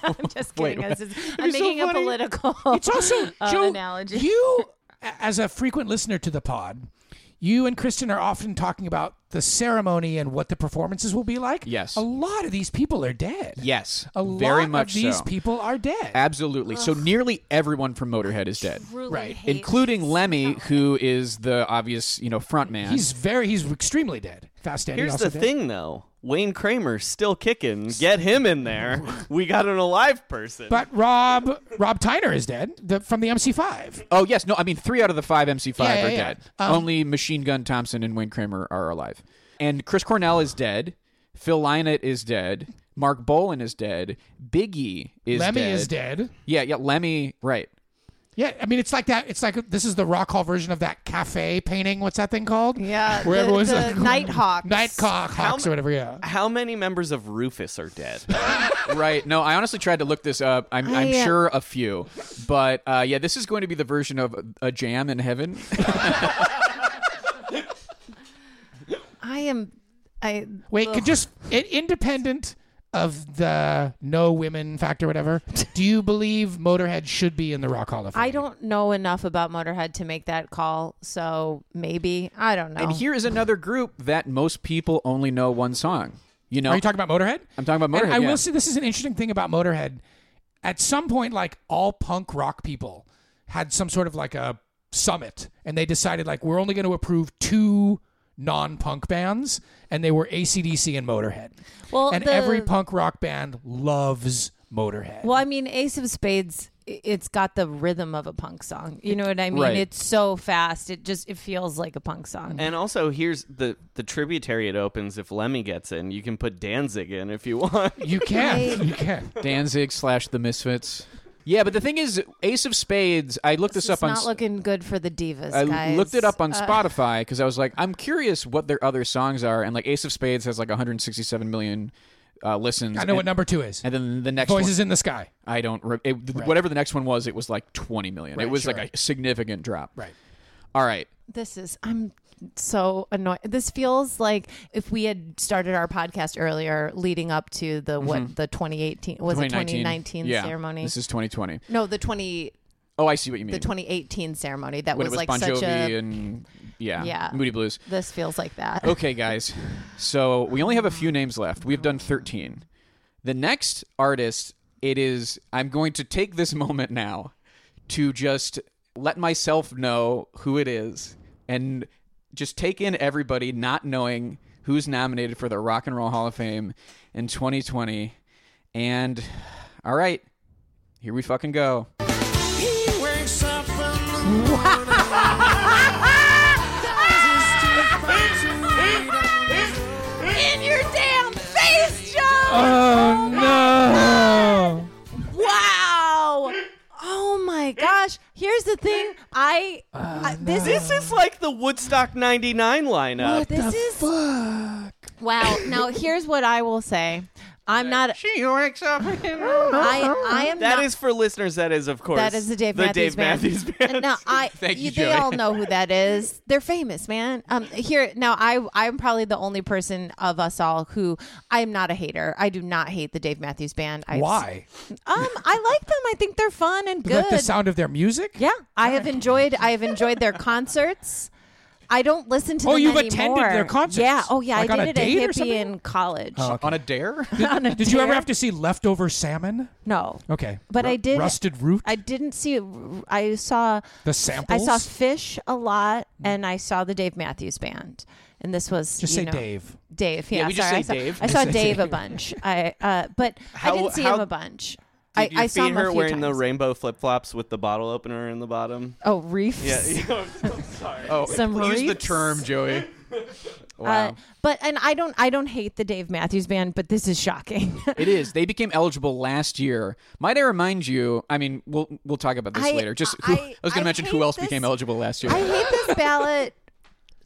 I'm just Wait, kidding. what? this is, I'm so making a funny. political. <laughs> <laughs> It's also uh, Joe. analogy. You, a- as a frequent listener to the pod, you and Kristen are often talking about the ceremony and what the performances will be like. Yes. a lot of these people are dead. Yes, a very lot much of these so. people are dead. Absolutely. So nearly everyone from Motorhead is dead, Really Right. hate including Lemmy, who is the obvious, you know, front man. he's very, he's extremely dead. Fast Andy Here's also the dead. thing though. Wayne Kramer's still kicking. Get him in <laughs> there. <laughs> We got an alive person. But Rob, Rob Tyner is dead the, from the MC5. oh yes, no, I mean three out of the five MC5 Yeah, yeah, Um, are yeah. dead. Only Machine Gun Thompson and Wayne Kramer are alive, and Chris Cornell is dead. Phil Lynott is dead. Mark Bolan is dead. Biggie is Lemmy dead. is dead. Yeah, yeah. Lemmy, right? Yeah, I mean it's like that. It's like this is the rock hall version of that cafe painting. What's that thing called? Yeah, where the- everyone's the like Nighthawks. Nightcock hawks or whatever. Yeah, How many members of Rufus are <laughs> dead? Right. No, I honestly tried to look this up. I'm, I, am i am I, uh, sure a few, but uh, yeah, this is going to be the version of a jam in heaven. Oh. I am. I Wait, could just it, independent of the no women fact or whatever. Do you believe Motorhead should be in the Rock Hall of Fame? I don't know enough about Motorhead to make that call, so maybe I don't know. And here is another group that most people only know one song. You know, Are you talking about Motorhead? Oh. I'm talking about And Motorhead, I yeah. will say this is an interesting thing about Motorhead. At some point, like all punk rock people had some sort of like a summit, and they decided like we're only going to approve two non-punk bands, and they were ACDC and Motorhead. well, and the- every punk rock band loves Motorhead. Well, I mean, Ace of Spades, i- it's got the rhythm of a punk song. You know what I mean? Right. It's so fast. It just it feels like a punk song. And also, here's the the tributary it opens. If Lemmy gets in, you can put Danzig in if you want. You can, you can. Danzig slash the Misfits. Yeah, but the thing is, Ace of Spades. I looked this, it's up on. not s- looking good for the divas. I guys. Uh. looked it up on Spotify because I was like, I'm curious what their other songs are, and like Ace of Spades has like 167 million uh, listens. I know and, what number two is. And then the next Voices one, in the Sky. I don't. Re- it, Whatever the next one was, it was like 20 million. it Right, was sure. like a significant drop. Right. All right. This is I'm so annoyed. This feels like if we had started our podcast earlier, leading up to the what the 2018 was it 2019 Mm-hmm. Yeah. ceremony? This is 2020. no, the 20 Oh, I see what you mean. the 2018 ceremony that when was, it was like Bon Jovi such a. and yeah, Yeah. Moody Blues. this feels like that. Okay, guys. So we only have a few names left. We've done 13. The next artist it is I'm going to take this <laughs> moment now to just let myself know who it is and just take in everybody not knowing who's nominated for the Rock and Roll Hall of Fame in 2020. And all right, here we fucking go. In your damn face, Joe! Oh no! Wow! Oh my gosh! Here's the thing. I, I- this is This is like the Woodstock 99 lineup. this is wow. Now here's what I will say. I'm not. She wakes up. <laughs> I I am That not. is for listeners. That is, of course, that is the Dave Matthews Dave Band. Matthews Band. <laughs> And now <laughs> I, Thank you, they Joey. all know who that is. They're famous, man. Um, here now, I I'm probably the only person of us all who I am not a hater. I do not hate the Dave Matthews Band. I, Why? Um, I like them. I think they're fun and good. Like the sound of their music? Yeah, I have enjoyed. I have enjoyed their concerts. I don't listen to Oh, them you've anymore. attended their concerts? Yeah. Oh, yeah. Like I on a did it at date or hippie something? Uh, in college. On a dare? <laughs> On a Did you ever dare? have to see leftover salmon? No. Okay. But I did- Rusted root. I didn't see. I saw. the I samples. saw Fish a lot, and I saw the Dave Matthews Band, and this was Just you say know- Dave. Dave. Yeah. Yeah, we just sorry. say I saw, Dave. I saw Dave a bunch. I uh, but I How- didn't see how him a bunch. I, Did you I saw feed him a her few wearing the times. rainbow flip flops with the bottle opener in the bottom? Oh, reefs. Yeah, <laughs> I'm so sorry. Oh, Some use the reefs? term, Joey. Uh, but and I don't I don't hate the Dave Matthews Band, but this is shocking. It is. They became eligible last year. Might I remind you? I mean, we'll we'll talk about this I- later. Just who, I, I- was going I to mention who hate else this- became eligible last year. I hate this ballot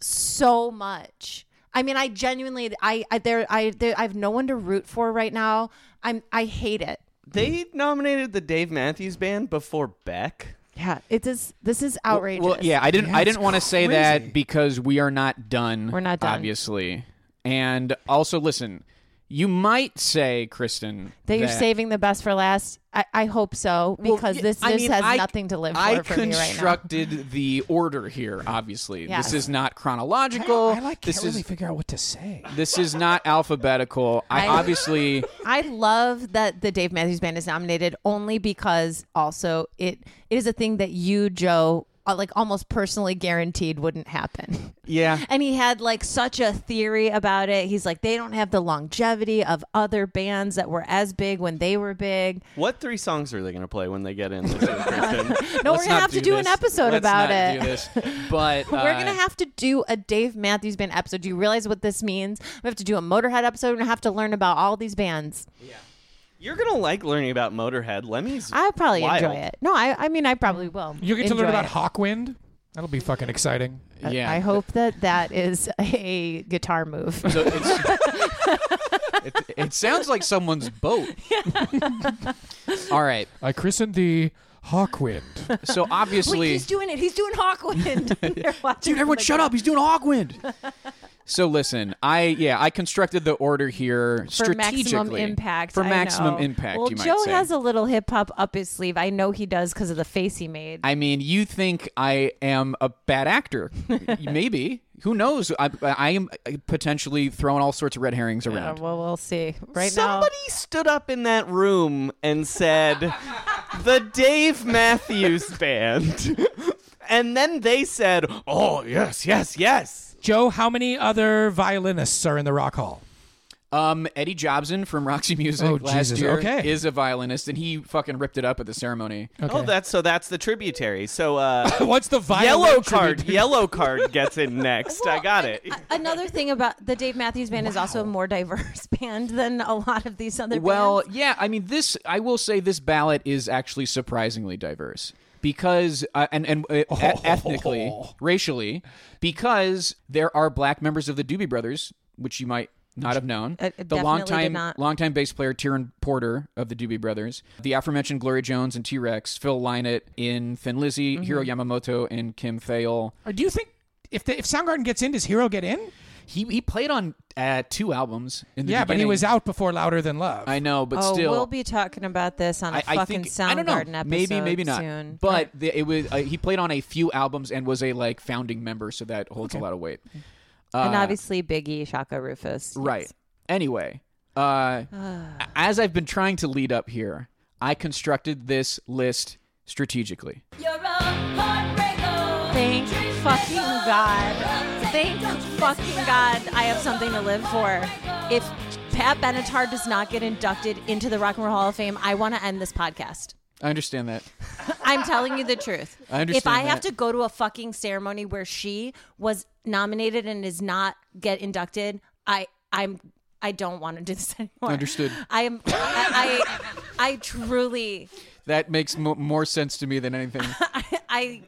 so much. I mean, I genuinely, I, I there, I, there, I have no one to root for right now. I'm, I hate it. They nominated the Dave Matthews Band before Beck. Yeah, it is. This is outrageous. Well, yeah, I didn't. Yeah, I it's didn't want to say that because we are not done. We're not done. obviously. And also, listen. You might say, Kristen, that you're saving the best for last. I, I hope so Well, because yeah, this, this I mean, has I- nothing to live for I for me constructed the order here. Obviously, Yes. this is not chronological. I like this can't really is figure out what to say. this is not alphabetical. I, I- obviously right now. <laughs> I love that the Dave Matthews Band is nominated only because also it, it is a thing that you, Joe, uh, like almost personally guaranteed wouldn't happen. <laughs> yeah. And he had like such a theory about it. He's like, they don't have the longevity of other bands that were as big when they <laughs> were big. What three songs are they going to play when they get in? <laughs> This year, Kristen? No, Let's we're gonna not have to do an this. episode Let's not about it. do <laughs> this. But We're uh, gonna have to do a Dave Matthews Band episode. Do you realize what this means? We have to do a Motorhead episode. We're gonna have to learn about all these bands. You're going to like learning about Motorhead. Lemmy's. I probably wild. enjoy it. No, I, I mean, I probably will. You get to enjoy learn about it. Uh, Hawkwind. That'll be fucking exciting. I- Yeah. I hope that that is a guitar move. So it's, it, it sounds like someone's <laughs> boat. <laughs> All right. I christened the <laughs> Hawkwind. So obviously, Wait, he's doing it. He's doing Hawkwind. They're watching dude, everyone, the- shut up. He's doing <laughs> Hogwind. so listen, I yeah, I constructed the order here for maximum strategically impact. for I maximum know. impact. Well, you might Joe say. has a little hip hop up his sleeve. I know he does because of the face he made. I mean, you think I am a bad <laughs> actor? Maybe. Who knows? I, I am potentially throwing all sorts of red herrings Uh, around. well, we'll see. Right Somebody stood up in that room and said, "The <laughs> Dave Matthews Band," and then they said, "Oh yes, yes, yes." Joe, how many other violinists are in the Rock Hall? Um, Eddie Jobson from Roxy Music Oh, last Jesus, year okay. is a violinist, and he fucking ripped it up at the ceremony. Oh, that's so. That's the tributary. So, uh, <laughs> What's the violin yellow tribute card. to- Yellow card gets in next. I <laughs> got it. now. Another thing about the Dave Matthews Band is also a more diverse <laughs> band than a lot of these other Well, bands. yeah, I mean this. I will say this ballot is actually surprisingly diverse because uh, and and uh, <laughs> e- ethnically, racially, because there are black members of the Doobie Brothers, which you might not have known. I- the I Uh, definitely did longtime not. longtime bass player Tieran Porter of the Doobie Brothers, the aforementioned Gloria Jones and T Rex, Phil Lynott in Thin Lizzy, Mm-hmm. Hiro Yamamoto and Kim Thayil. Or do you think if the, if Soundgarden gets in, does Hero get in? He he played on uh, two albums. In the yeah, but he beginning. was out before Louder Than Love. I know, but oh, still, we'll be talking about this on a I, I fucking think Soundgarden I don't know. episode maybe maybe not. soon. But the, it was uh, he played on a few albums and was a like founding member, so that holds a lot of weight. and uh, obviously Biggie, Shaka Rufus, Right. Anyway, uh, as I've been trying to lead up here, I constructed this list strategically. Thank fucking God. Thank fucking God I have something to live for. If Pat Benatar does not get inducted into the Rock and Roll Hall of Fame, I want to end this podcast. I understand that. I'm telling you the truth. I understand If I have that. to go to a fucking ceremony where she was nominated and is not get inducted, I I'm I don't want to do this <laughs> anymore. Understood. I am I I, I truly That makes mo- more sense to me than anything. I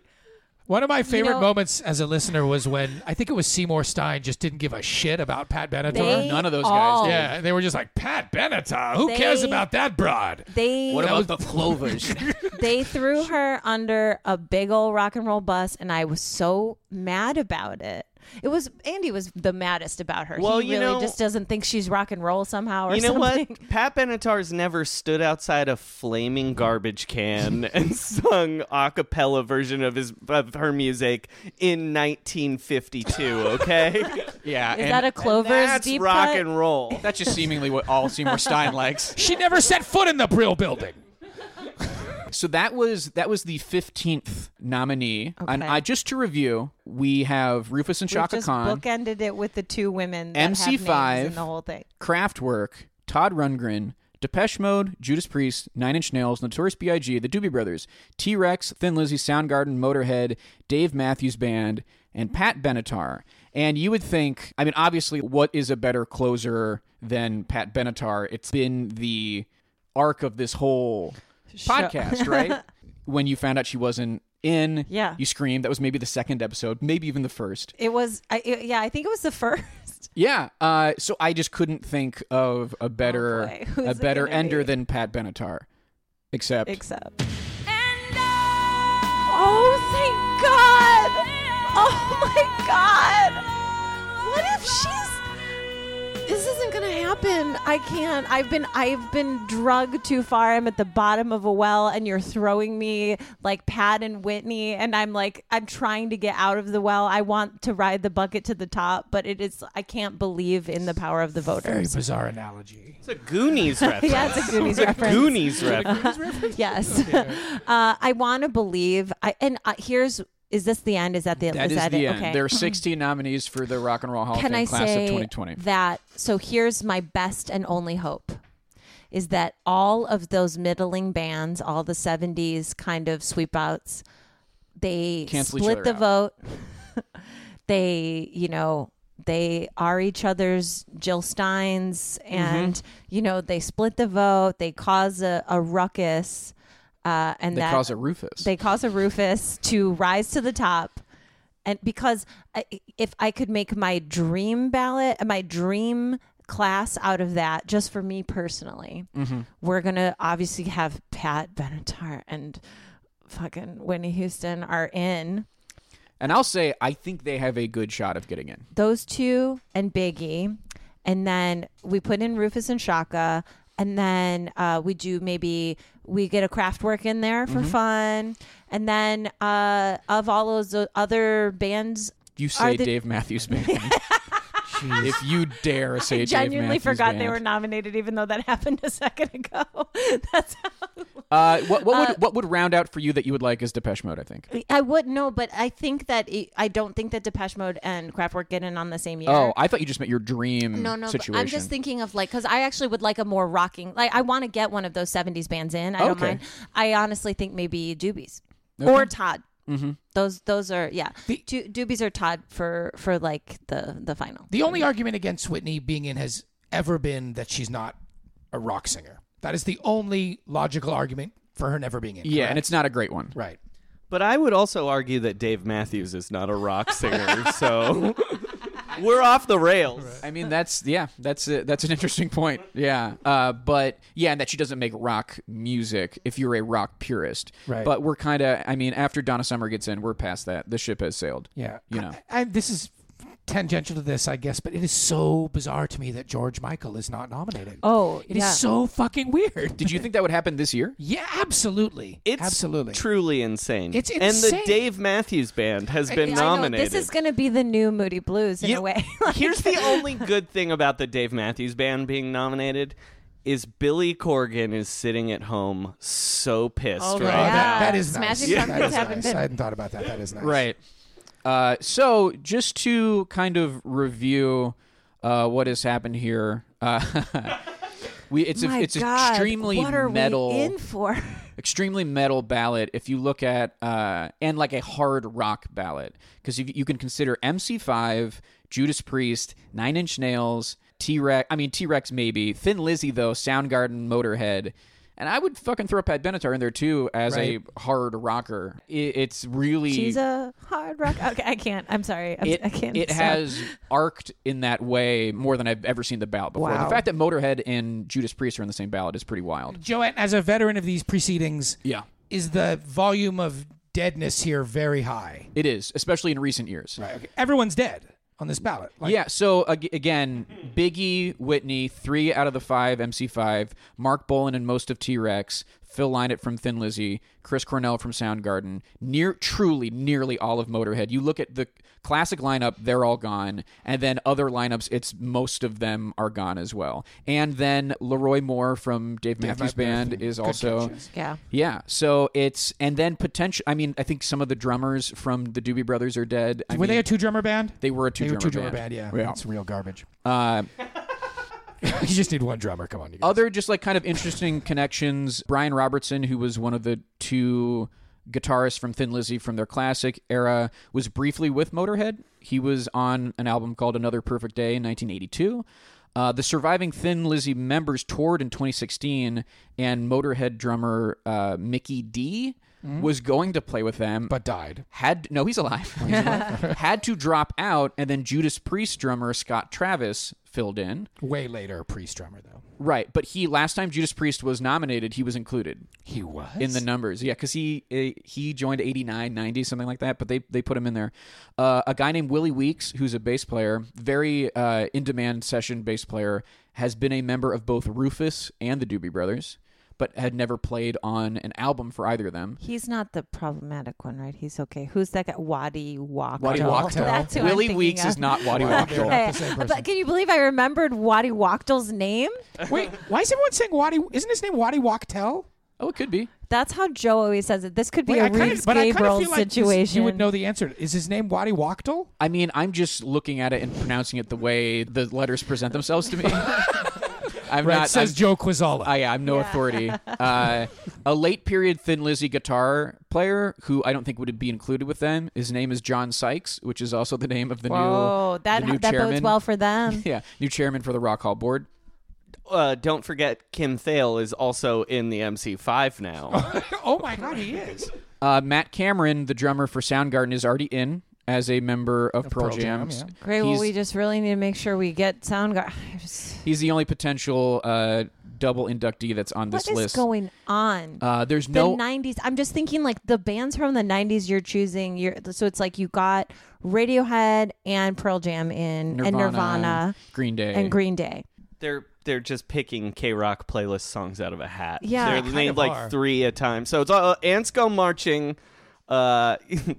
One of my favorite know- moments as a listener was when I think it was Seymour Stein just didn't give a shit about Pat <laughs> Benatar. they None of those all- guys. Yeah, they were just like Pat Benatar. Who cares Oh. They- about that broad? They the Clovers? they threw her under a big old rock and roll bus, and I was so mad about it. It was Andy was the maddest about her. Well, he you really know- just doesn't think she's rock and roll somehow or You know something. <laughs> what? Pat Benatar's never stood outside a flaming garbage can <laughs> and sung a cappella version of his of her music in 1952. Okay, yeah. Is and that a <laughs> Clover's that's deep rock cut? and roll. that's just seemingly what all Seymour Stein <laughs> likes. She never set foot in the Brill building. So that was that was the fifteenth nominee. And Okay. I just to review, we have Rufus and We Shaka just Khan, bookended it with the two women. That have MC5. names in the whole thing. Kraftwerk, Todd Rundgren, Depeche Mode, Judas Priest, Nine Inch Nails, Notorious B.I.G., The Doobie Brothers, T Rex, Thin Lizzy, Soundgarden, Motorhead, Dave Matthews Band, and Pat Benatar. And you would think, I mean, obviously, what is a better closer than Pat Benatar? It's been the arc of this whole podcast, right? When you found out she wasn't in, Yeah. you screamed. That was maybe the second episode, maybe even the first. It was, I, it- yeah, I think it was the <laughs> first. Yeah. Uh, so I just couldn't think of a better Oh, boy. <laughs> Who's a it better gonna ender be? than Pat Benatar. Except Except. Oh, thank God! Oh my God! What if she's? This isn't gonna happen. I can't. I've been. I've been drugged too far. I'm at the bottom of a well, and you're throwing me like Pat and Whitney, and I'm like, I'm trying to get out of the well. I want to ride the bucket to the top, but it is. I can't believe in the power of the Very voters. bizarre analogy. It's a Goonies <laughs> reference. Yeah, it's a <laughs> Goonies reference. <laughs> Goonies reference. Yes. <laughs> Uh, I want to believe. I and uh, here's. Is this the end? Is that the? that is that the it? end. Okay. There <laughs> are 16 nominees for the Rock and Roll Hall of Can Fame I class say of 2020. that? So here's my best and only hope is that all of those middling bands, all the 70s kind of sweep outs, they Cancel each split other the vote. <laughs> they, you know, they are each other's Jill Steins Mm-hmm. and, you know, they split the vote, they cause a, a ruckus. Uh, and They that cause a Rufus. they cause a Rufus to rise to the top. And because I, if I could make my dream ballot, my dream class out of that, just for me personally, we're going to obviously have Pat Benatar and fucking Whitney Houston are in. and I'll say I think they have a good shot of getting in. Those two and Biggie. And then we put in Rufus and Shaka. And then uh, we do maybe we get a craft work in there for Mm-hmm. fun. And then uh, of all those other bands You say they- Dave Matthews <laughs> Band. if you dare say I Dave genuinely Matthews forgot Band. they were nominated, even though that <laughs> happened a second ago. <laughs> That's how Uh, what, what would what would round out for you that you would like is Depeche Mode? I think. I would know, but I think that it, I don't think that Depeche Mode and Kraftwerk get in on the same year. Oh, I thought you just meant your dream no, no, but situation. I'm just thinking of like because I actually would like a more rocking. Like I want to get one of those '70s bands in. I don't Okay. mind. I honestly think maybe Doobies or Todd. Mm-hmm. Those those are yeah. Do, Doobies or Todd for for like the the final. The only argument against Whitney being in has ever been that she's not a rock singer. That is the only logical argument for her never being in. Yeah, and correct? it's not a great one. right. But I would also argue that Dave Matthews is not a rock singer, <laughs> so we're off the rails. I mean, that's yeah, that's a, that's an interesting point. Yeah, uh, but yeah, and that she doesn't make rock music. If you're a rock purist, Right. But we're kind of, I mean, after Donna Summer gets in, we're past that. The ship has sailed. Yeah. you know. I, I- this is tangential to this, I guess, but it is so bizarre to me that George Michael is not nominated. Oh, it is yeah. so fucking weird. Did you think that would happen this <laughs> year? Yeah, absolutely. It's absolutely truly insane. It's And insane. the Dave Matthews Band has been I know, nominated. this is going to be the new Moody Blues in You- a way. <laughs> Here's the only good thing about the Dave Matthews Band being nominated. is Billy Corgan is sitting at home so pissed Oh, right yeah. now. that, that is nice. Smashing That pumpkins is haven't nice. been- I hadn't thought about that. That is nice. Right. Uh, so, just to kind of review uh, what has happened here, uh, <laughs> we it's a, My it's God, extremely what are metal, We in for extremely metal ballad. If you look at uh, and like a hard rock ballad, because you, you can consider MC5, Judas Priest, Nine Inch Nails, T Rex. I mean T Rex maybe Thin Lizzy though, Soundgarden, Motorhead. And I would fucking throw Pat Benatar in there too as a hard rocker. It, it's really she's a hard rock. Okay, I can't. I'm sorry. I'm, it, I can't. it stop. has arced in that way more than I've ever seen the ballot before. The Wow. fact that Motorhead and Judas Priest are in the same ballot is pretty wild. Joanne, as a veteran of these proceedings, Yeah. is the volume of deadness here very high? It is, especially in recent years. Right. Okay. Everyone's dead on this ballot. Like, yeah, so ag- again, Biggie, Whitney, three out of the five MC5, Mark Bolan and most of T Rex, Phil Lynott from Thin Lizzy, Chris Cornell from Soundgarden, near truly nearly all of Motorhead. You look at the classic lineup, they're all gone, and then other lineups, it's most of them are gone as well. And then Leroy Moore from Dave Matthews Band is also Yeah. yeah. So it's and then potential. I mean, I think some of the drummers from the Doobie Brothers are dead. I Were they mean, a two drummer band? They were a They were two-drummer two drummer band. band. Yeah. Yeah. It's real garbage. Uh, <laughs> you just need one drummer. Come on. You guys. other just like kind of interesting connections brian robertson who was one of the two guitarists from thin lizzy from their classic era was briefly with motorhead he was on an album called another perfect day in 1982 uh, the surviving Thin Lizzy members toured in 2016, and Motorhead drummer uh, Mickey D was going to play with them, but died. had no he's alive <laughs> had to drop out, and then Judas Priest drummer Scott Travis filled in. Way later, priest drummer though. Right, but he last time Judas Priest was nominated, he was included He was in the numbers. Yeah, because he eh, he joined 89, 90, something like that. But they they put him in there. Uh, a guy named Willie Weeks, who's a bass player, very uh, in demand session bass player, has been a member of both Rufus and the Doobie Brothers, but had never played on an album for either of them. He's not the problematic one, right? He's okay. Who's that guy? Wadi Waka. Waddy <laughs> Wachtel. That's who I'm Willie thinking Weeks of. is <laughs> not Waddy They're Wachtel. not the same person. But can you believe I remembered Waddy Wachtel's name? Wait, why is everyone saying Waddy? Isn't his name Waddy Wachtel? Oh, it could be. That's how Joe always says it. This could be Wait, a I kinda- Reeves but I kinda Gabriel feel like this- situation. you would know the answer. Is his name Waddy Wachtel? I mean, I'm just looking at it and pronouncing it the way the letters present themselves to me. <laughs> I'm Right, not. says I'm- Joe Quazzola. I am no <laughs> authority. Uh, a late period Thin Lizzy guitar player who I don't think would be included with them. His name is John Sykes, which is also the name of the Whoa, new that the new that chairman. bodes well for them. <laughs> yeah, new chairman for the Rock Hall board. Uh, don't forget Kim Thale is also in the MC5 <laughs> now. <laughs> oh my God, he is. Uh, Matt Cameron, the drummer for Soundgarden, is already in as a member of, Pearl, Pearl Jam. Jam, Jam's. yeah. Great. Well, He's- we just really need to make sure we get Soundgarden. He's the only potential uh, double inductee that's on <sighs> What this is list. going on? uh, there's the no 90s. I'm just thinking like the bands from the 90s you're choosing. You're, so it's like you got Radiohead and Pearl Jam in, Nirvana, and Nirvana Green Day, and Green Day. they're they're just picking K Rock playlist songs out of a hat. Yeah. they're Kind named of like are. three at a time. So it's all uh, ants go marching. Uh, <laughs>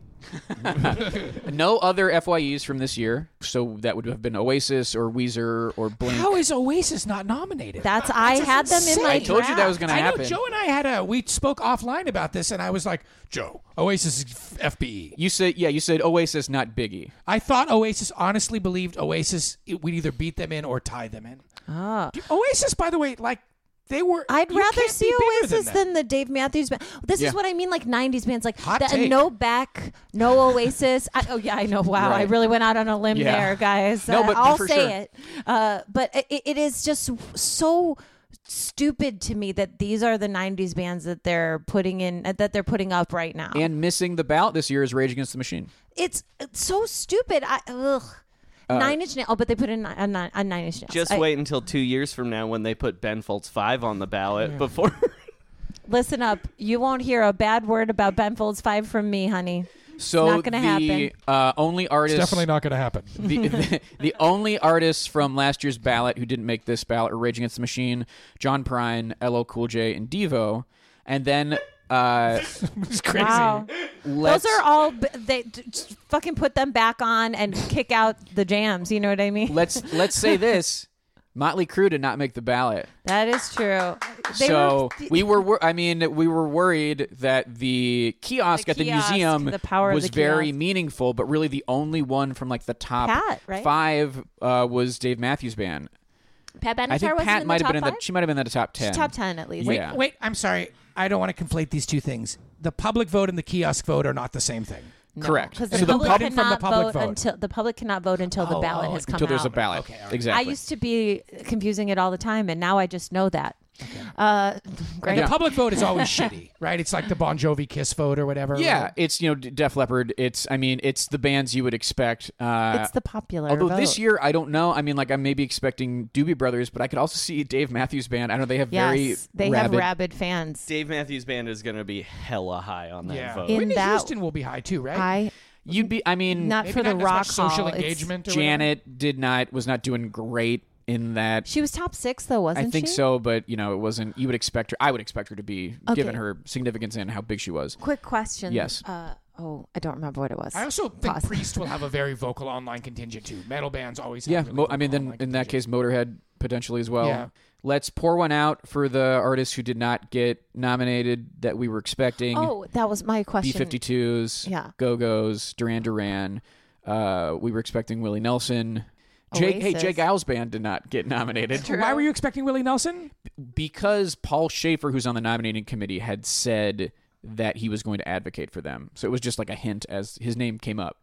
No other FYEs from this year, so that would have been Oasis or Weezer or Blink. How is Oasis not nominated? That's I had them in my. I told you that was going to I know happen. Joe and I had a we spoke offline about this, and I was like, Joe, Oasis is f- FBE. You said yeah, you said Oasis, not Biggie. I thought Oasis honestly believed Oasis it, we'd either beat them in or tie them in. Oh. Oasis, by the way, like they were. I'd you rather can't see be bigger Oasis them. than, the Dave Matthews Band. This Yeah. is what I mean, like '90s bands, like Hot the, take. no Beck, <laughs> no Oasis. I, oh yeah, I know. Wow, I Right. really went out on a limb Yeah. there, guys. No, but- Uh, but I'll for say sure. it. Uh, but i it is just so stupid to me that these are the '90s bands that they're putting in, that they're putting up right now. And missing the ballot this year is Rage Against the Machine. it's, it's so stupid. I ugh. Uh, Nine Inch Nails. Oh, but they put in a nine, a nine Inch Nails. just I- wait until two years from now when they put Ben Folds Five on the ballot before. <laughs> Listen up. You won't hear a bad word about Ben Folds Five from me, honey. So not gonna the happen. uh, only It's artist definitely not going <laughs> to happen. the, the, the only artists from last year's ballot who didn't make this ballot are Rage Against the Machine, John Prine, LL Cool J, and Devo. And then uh, It's crazy. Wow. let's Those are all b- they d- just fucking put them back on and kick out the jams. You know what I mean? let's let's say this. Motley Crue did not make the ballot. That is true. so we were, wor- I mean, we were worried that the kiosk The at the kiosk, museum the power of was the very kiosk. meaningful, but really the only one from like the top Pat, right? five uh, was Dave Matthews Band. Pat I think Benatar was Pat in the might have top been in the. five? She might have been in the top ten. top ten at least. Yeah. Wait, wait, I'm sorry. I don't want to conflate these two things. The public vote and the kiosk vote are not the same thing. Correct. Because the So the public voting cannot from the public vote, vote. until the public cannot vote until the Oh, ballot oh, has come until there's a out. ballot. Okay, all right. Exactly. I used to be confusing it all the time, and now I just know that. Uh, great. The public vote is <laughs> always shitty, right? It's like the Bon Jovi kiss vote or whatever. yeah, it's you know D- Def Leppard. It's I mean it's the bands you would expect. Uh, it's the popular. Although vote. this year, I don't know. I mean, like I'm maybe expecting Doobie Brothers, but I could also see Dave Matthews Band. I don't know they have very yes, they rabid, have rabid fans. Dave Matthews Band is going to be hella high on that Yeah. vote. In Whitney that- Houston will be high too, right? I You'd be. I mean, not Maybe for not the as rock much social hall. It's- engagement. Or Janet did not was not doing great in that. She was top six though, wasn't I think she? so, but you know, it wasn't. You would expect her. I would expect her to be given Okay. her significance and how big she was. Quick question. Yes. Uh, oh, I don't remember what it was. I also think Pause. Priest will have a very vocal online contingent too. Metal bands always. Have Yeah, really mo- I mean, vocal then online in that contingent. case, Motorhead potentially as well. Yeah. Let's pour one out for the artists who did not get nominated that we were expecting. Oh, that was my B question. 52s, Yeah. Go Go's, Duran Duran. Uh, we were expecting Willie Nelson. Jake, hey, Oasis. Jake Giles band did not get nominated Why were you expecting Willie Nelson? because Paul Schaefer, who's on the nominating committee, had said that he was going to advocate for them. So it was just like a hint as his name came up.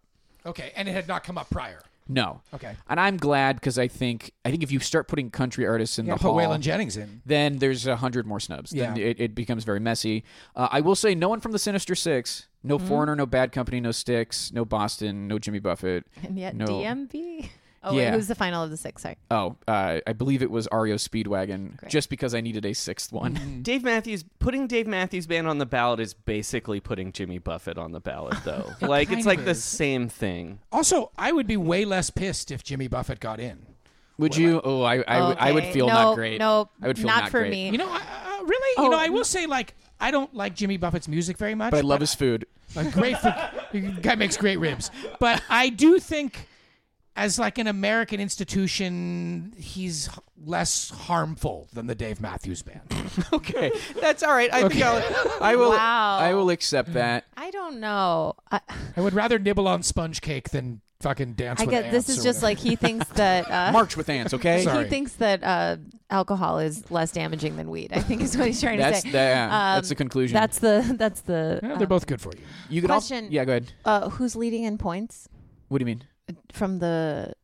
Okay, and it had not come up prior. No, Okay. and I'm glad because I think I think if you start putting country artists in Yeah, the put hall, Waylon Jennings in. then there's a hundred more snubs. Then Yeah. it, it becomes very messy. Uh, I will say, no one from the Sinister Six, no Mm-hmm. Foreigner, no Bad Company, no Sticks, no Boston, no Jimmy Buffett, And yet no. DMV. Oh, Yeah. wait, who's the final of the six? Sorry. Oh, uh, I believe it was Ario Speedwagon, just because I needed a sixth Mm-hmm. one. Dave Matthews putting Dave Matthews Band on the ballot is basically putting Jimmy Buffett on the ballot, <laughs> though. like kind it's of like the is. same thing. Also, I would be way less pissed if Jimmy Buffett got in. Would you? Oh, I, I, I would Okay. feel no, not great. No, I would feel not, not, for great. me. You know, I- uh, really? you know, I will say like I don't like Jimmy Buffett's music very much, Oh, But I love his <laughs> food. Like great for, guy makes great ribs. But I do think as like an American institution, he's h- less harmful than the Dave Matthews band. <laughs> Okay, that's all right. I think I'll, <laughs> I will. Wow. Mm. I will accept <laughs> that. I don't know. I, I would rather nibble on sponge cake than fucking dance I with get this ants is or just whatever. like he thinks <laughs> that uh, March with ants, okay? Sorry. he thinks that uh, alcohol is less damaging than weed. I think is what he's trying That's to say. Um, the- yeah, that's the conclusion. That's the that's the Yeah, uh, they're both good for you. You could also- Question. yeah, go ahead. uh, who's leading in points What do you mean? from the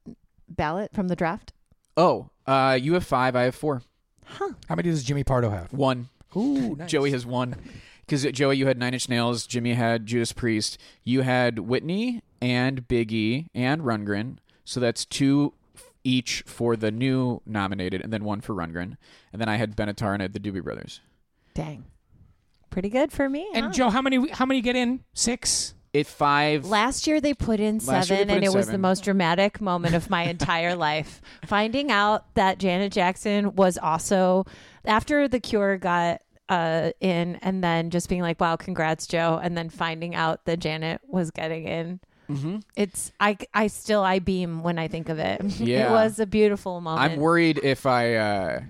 ballot from the draft. Oh, uh, you have five. I have four. How many does Jimmy Pardo have? One. Ooh, Joey has one. Because Joey, you had Nine Inch Nails. Jimmy had Judas Priest. You had Whitney and Biggie and Rundgren. So that's two f- each for the new nominated, and then one for Rundgren. And then I had Benatar and I had the Doobie Brothers. Dang, pretty good for me. huh? And Joe, how many how many get in? Six. If five, Last year they put in Last year they seven, put in and it was the seven. most dramatic moment of <laughs> my entire life. Finding out that Janet Jackson was also after The Cure got uh, in, and then just being like, "Wow, congrats, Joe!" and then finding out that Janet was getting in. Mm-hmm. It's I I still I beam when I think of it. <laughs> Yeah. it was a beautiful moment. I'm worried if I uh,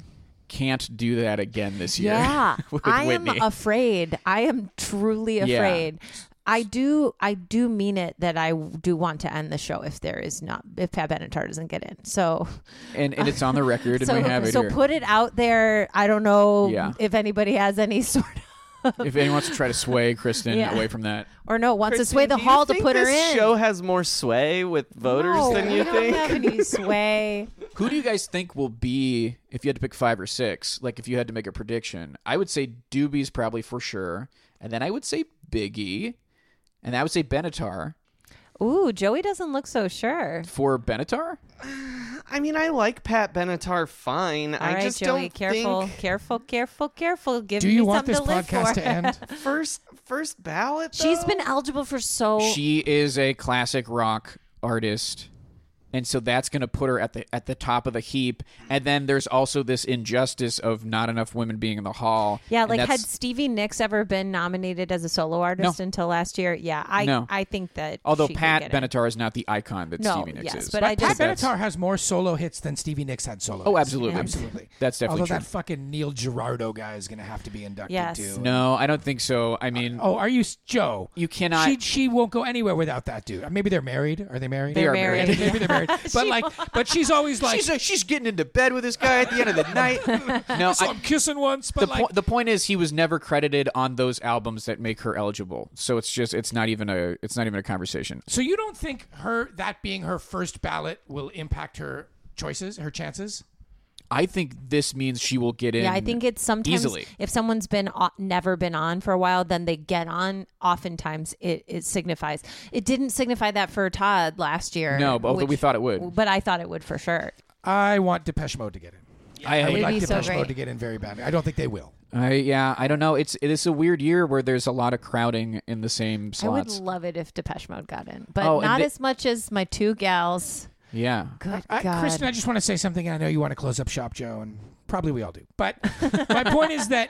can't do that again this year. Yeah. <laughs> with I Whitney. am afraid. I am truly Yeah. afraid. I do I do mean it that I do want to end the show if there is not if Pat Benatar doesn't get in. So and, and it's on the record, and <laughs> so, we have it so here. put it out there. I don't know Yeah. if anybody has any <laughs> sort of if anyone wants to try to sway Kristen <laughs> Yeah. away from that, or no wants to Kristen, sway the do you hall to think put her this in. Show has more sway with voters no, than we you don't think. have any sway. Who do you guys think will be if you had to pick five or six? Like if you had to make a prediction, I would say Doobie's probably for sure, and then I would say Biggie, and I would say Benatar Ooh, Joey doesn't look so sure. for Benatar. <laughs> I mean, I like Pat Benatar fine. All I right, just Joey, don't careful, think careful, careful, careful. Give Do me you want something this to live podcast for. to end? first first <laughs> ballot. She's though? been eligible for so She is a classic rock artist. and so that's going to put her at the at the top of the heap. And then there's also this injustice of not enough women being in the hall. Yeah, And like had that's- Stevie Nicks ever been nominated as a solo artist No. until last year? Yeah, I No. I think that although she could Pat get it. Benatar is not the icon that No, Stevie Nicks yes, is. but I But Pat just- Benatar has more solo hits than Stevie Nicks had solo. Oh, hits. absolutely. absolutely. That's definitely Although that true. fucking Neil Gerardo guy is going to have to be inducted Yes. too. no, I don't think so. I mean, Oh, are you s- Joe? You cannot- She she won't go anywhere without that dude. Maybe they're married. Are they married? They are married. Maybe, <laughs> they're married. But like, but she's always like, she's she's getting into bed with this guy at the end of the night. <laughs> no, "So I- I'm kissing once, but the, like, po- the point is he was never credited on those albums that make her eligible. So it's just it's not even a it's not even a conversation. so you don't think her that being her first ballot will impact her choices, her chances? I think this means she will get in. Yeah, I think it's sometimes easily. if someone's been o- never been on for a while, then they get on. Oftentimes, it, it signifies. It didn't signify that for Todd last year. No, but although we thought it would. But I thought it would for sure. I want Depeche Mode to get in. I, I would be like so Depeche great. Mode to get in very badly. I don't think they will. I- yeah, I don't know. It's it is a weird year where there's a lot of crowding in the same I would slots. love it if Depeche Mode got in, but Oh, and not the- as much as my two gals. yeah. Good I, God. Uh, Kristen, I just want to say something. and I know you want to close up shop, Joe, and probably we all do. <laughs> But my point is that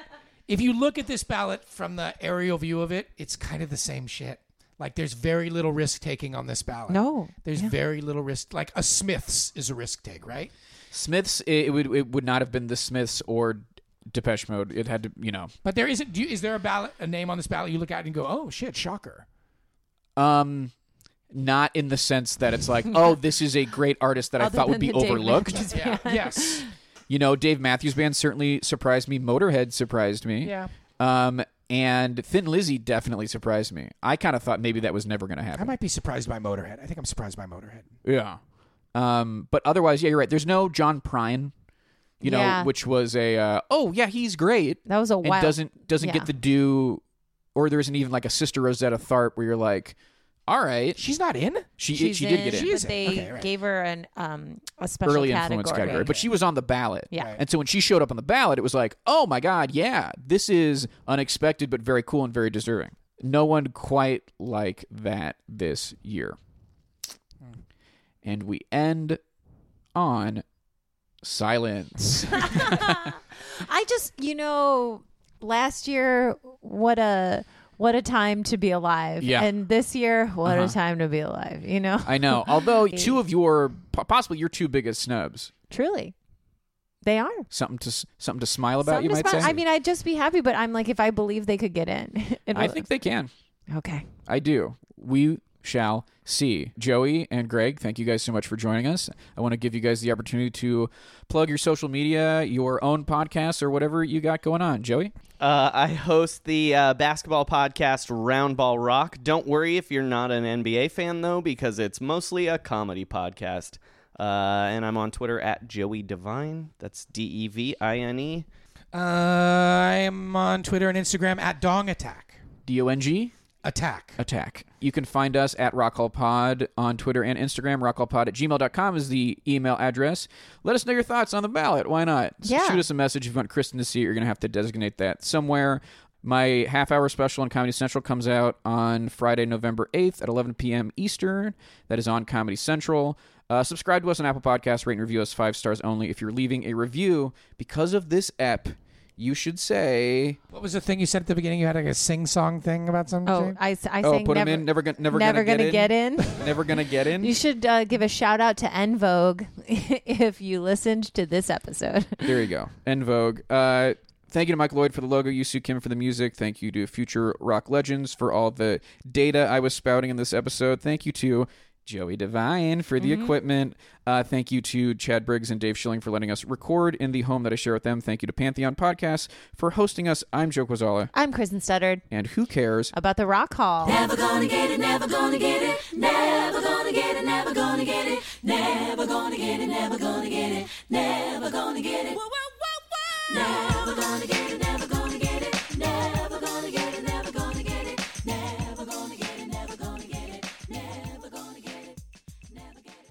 if you look at this ballot from the aerial view of it, it's kind of the same shit. Like there's very little risk taking on this ballot. No. there's very little risk. Like a Smiths is a risk take, right? Smiths it, it would it would not have been the Smiths or Depeche Mode. It had to, you know. But there isn't. Do you, is there a ballot, a name on this ballot you look at and go, oh shit, shocker? Um not in the sense that it's <laughs> like, oh, this is a great artist that I Other thought would than be the Dave overlooked. Matthews Yeah. Uh, <laughs> yes. You know, Dave Matthews Band certainly surprised me. Motorhead surprised me. Yeah. Um, and Thin Lizzy definitely surprised me. I kind of thought maybe that was never going to I happen. might be surprised by Motorhead. I think I'm surprised by Motorhead. yeah. Um, but otherwise, yeah, you're right. There's no John Prine, you know, Yeah. which was a uh, oh yeah, he's great. That was a and wild- doesn't doesn't yeah. get the due, or there isn't even like a Sister Rosetta Tharp where you're like, all right, She's not in. she She's she did get in, in. She's But they Okay, right. gave her an um a special Early category. influence category, but she was on the ballot. Yeah. Right. And so when she showed up on the ballot, it was like, oh my God, yeah, this is unexpected, but very cool and very deserving. No one quite like that this year. And we end on silence. I just, you know, last year what a what a time to be alive. Yeah. Uh-huh. And this year, what a time to be alive, you know? I know. Although two of your, po- possibly your two biggest snubs, Truly. They are. something to s- something to smile about, Some you might despite- say. I mean, I'd just be happy, but I'm like, if I believe they could get in, <laughs> it I will- think they can. okay. I do. We shall see. Joey and Greg, thank you guys so much for joining us. I want to give you guys the opportunity to plug your social media, your own podcast, or whatever you got going on. Joey? Uh, I host the uh, basketball podcast Roundball Rock. Don't worry if you're not an NBA fan, though, because it's mostly a comedy podcast. Uh, and I'm on Twitter at Joey Divine. That's D E V I N E. Uh, I'm on Twitter and Instagram at Dong Attack. D O N G? Attack. Attack. You can find us at Rock Hall Pod on Twitter and Instagram. Rockhallpod at gmail.com is the email address. Let us know your thoughts on the ballot. Why not? S- Yeah. Shoot us a message if you want Kristen to see it. You're going to have to designate that somewhere. My half hour special on Comedy Central comes out on Friday, November 8th at 11 p.m. Eastern. That is on Comedy Central. Uh, subscribe to us on Apple Podcasts. Rate and review us five stars only. If you're leaving a review because of this app, you should say, What was the thing you said at the beginning? You had like a sing song thing about something? Oh, I, s- I "Oh, sang put 'em never, in. Never, gonna, never, never gonna, get in. Never gonna get in. <laughs> you should uh, give a shout out to En Vogue <laughs> if you listened to this episode. There you go. En Vogue. Uh, thank you to Mike Lloyd for the logo, Yusu Kim for the music. Thank you to Future Rock Legends for all the data I was spouting in this episode. Thank you to Joey Devine for the equipment. Uh, thank you to Chad Briggs and Dave Schilling for letting us record in the home that I share with them. Thank you to Pantheon Podcasts for hosting us. I'm Joe Quazala, I'm Kristen Studdard and who cares? about the Rock Hall. Never gonna get it, never gonna get it, never gonna get it, never gonna get it, never gonna get it, never gonna get it, never gonna get it. Never gonna get it, never gonna get it, never gonna get it, never gonna get it, never gonna get it, never gonna get it, never gonna get it, never get it.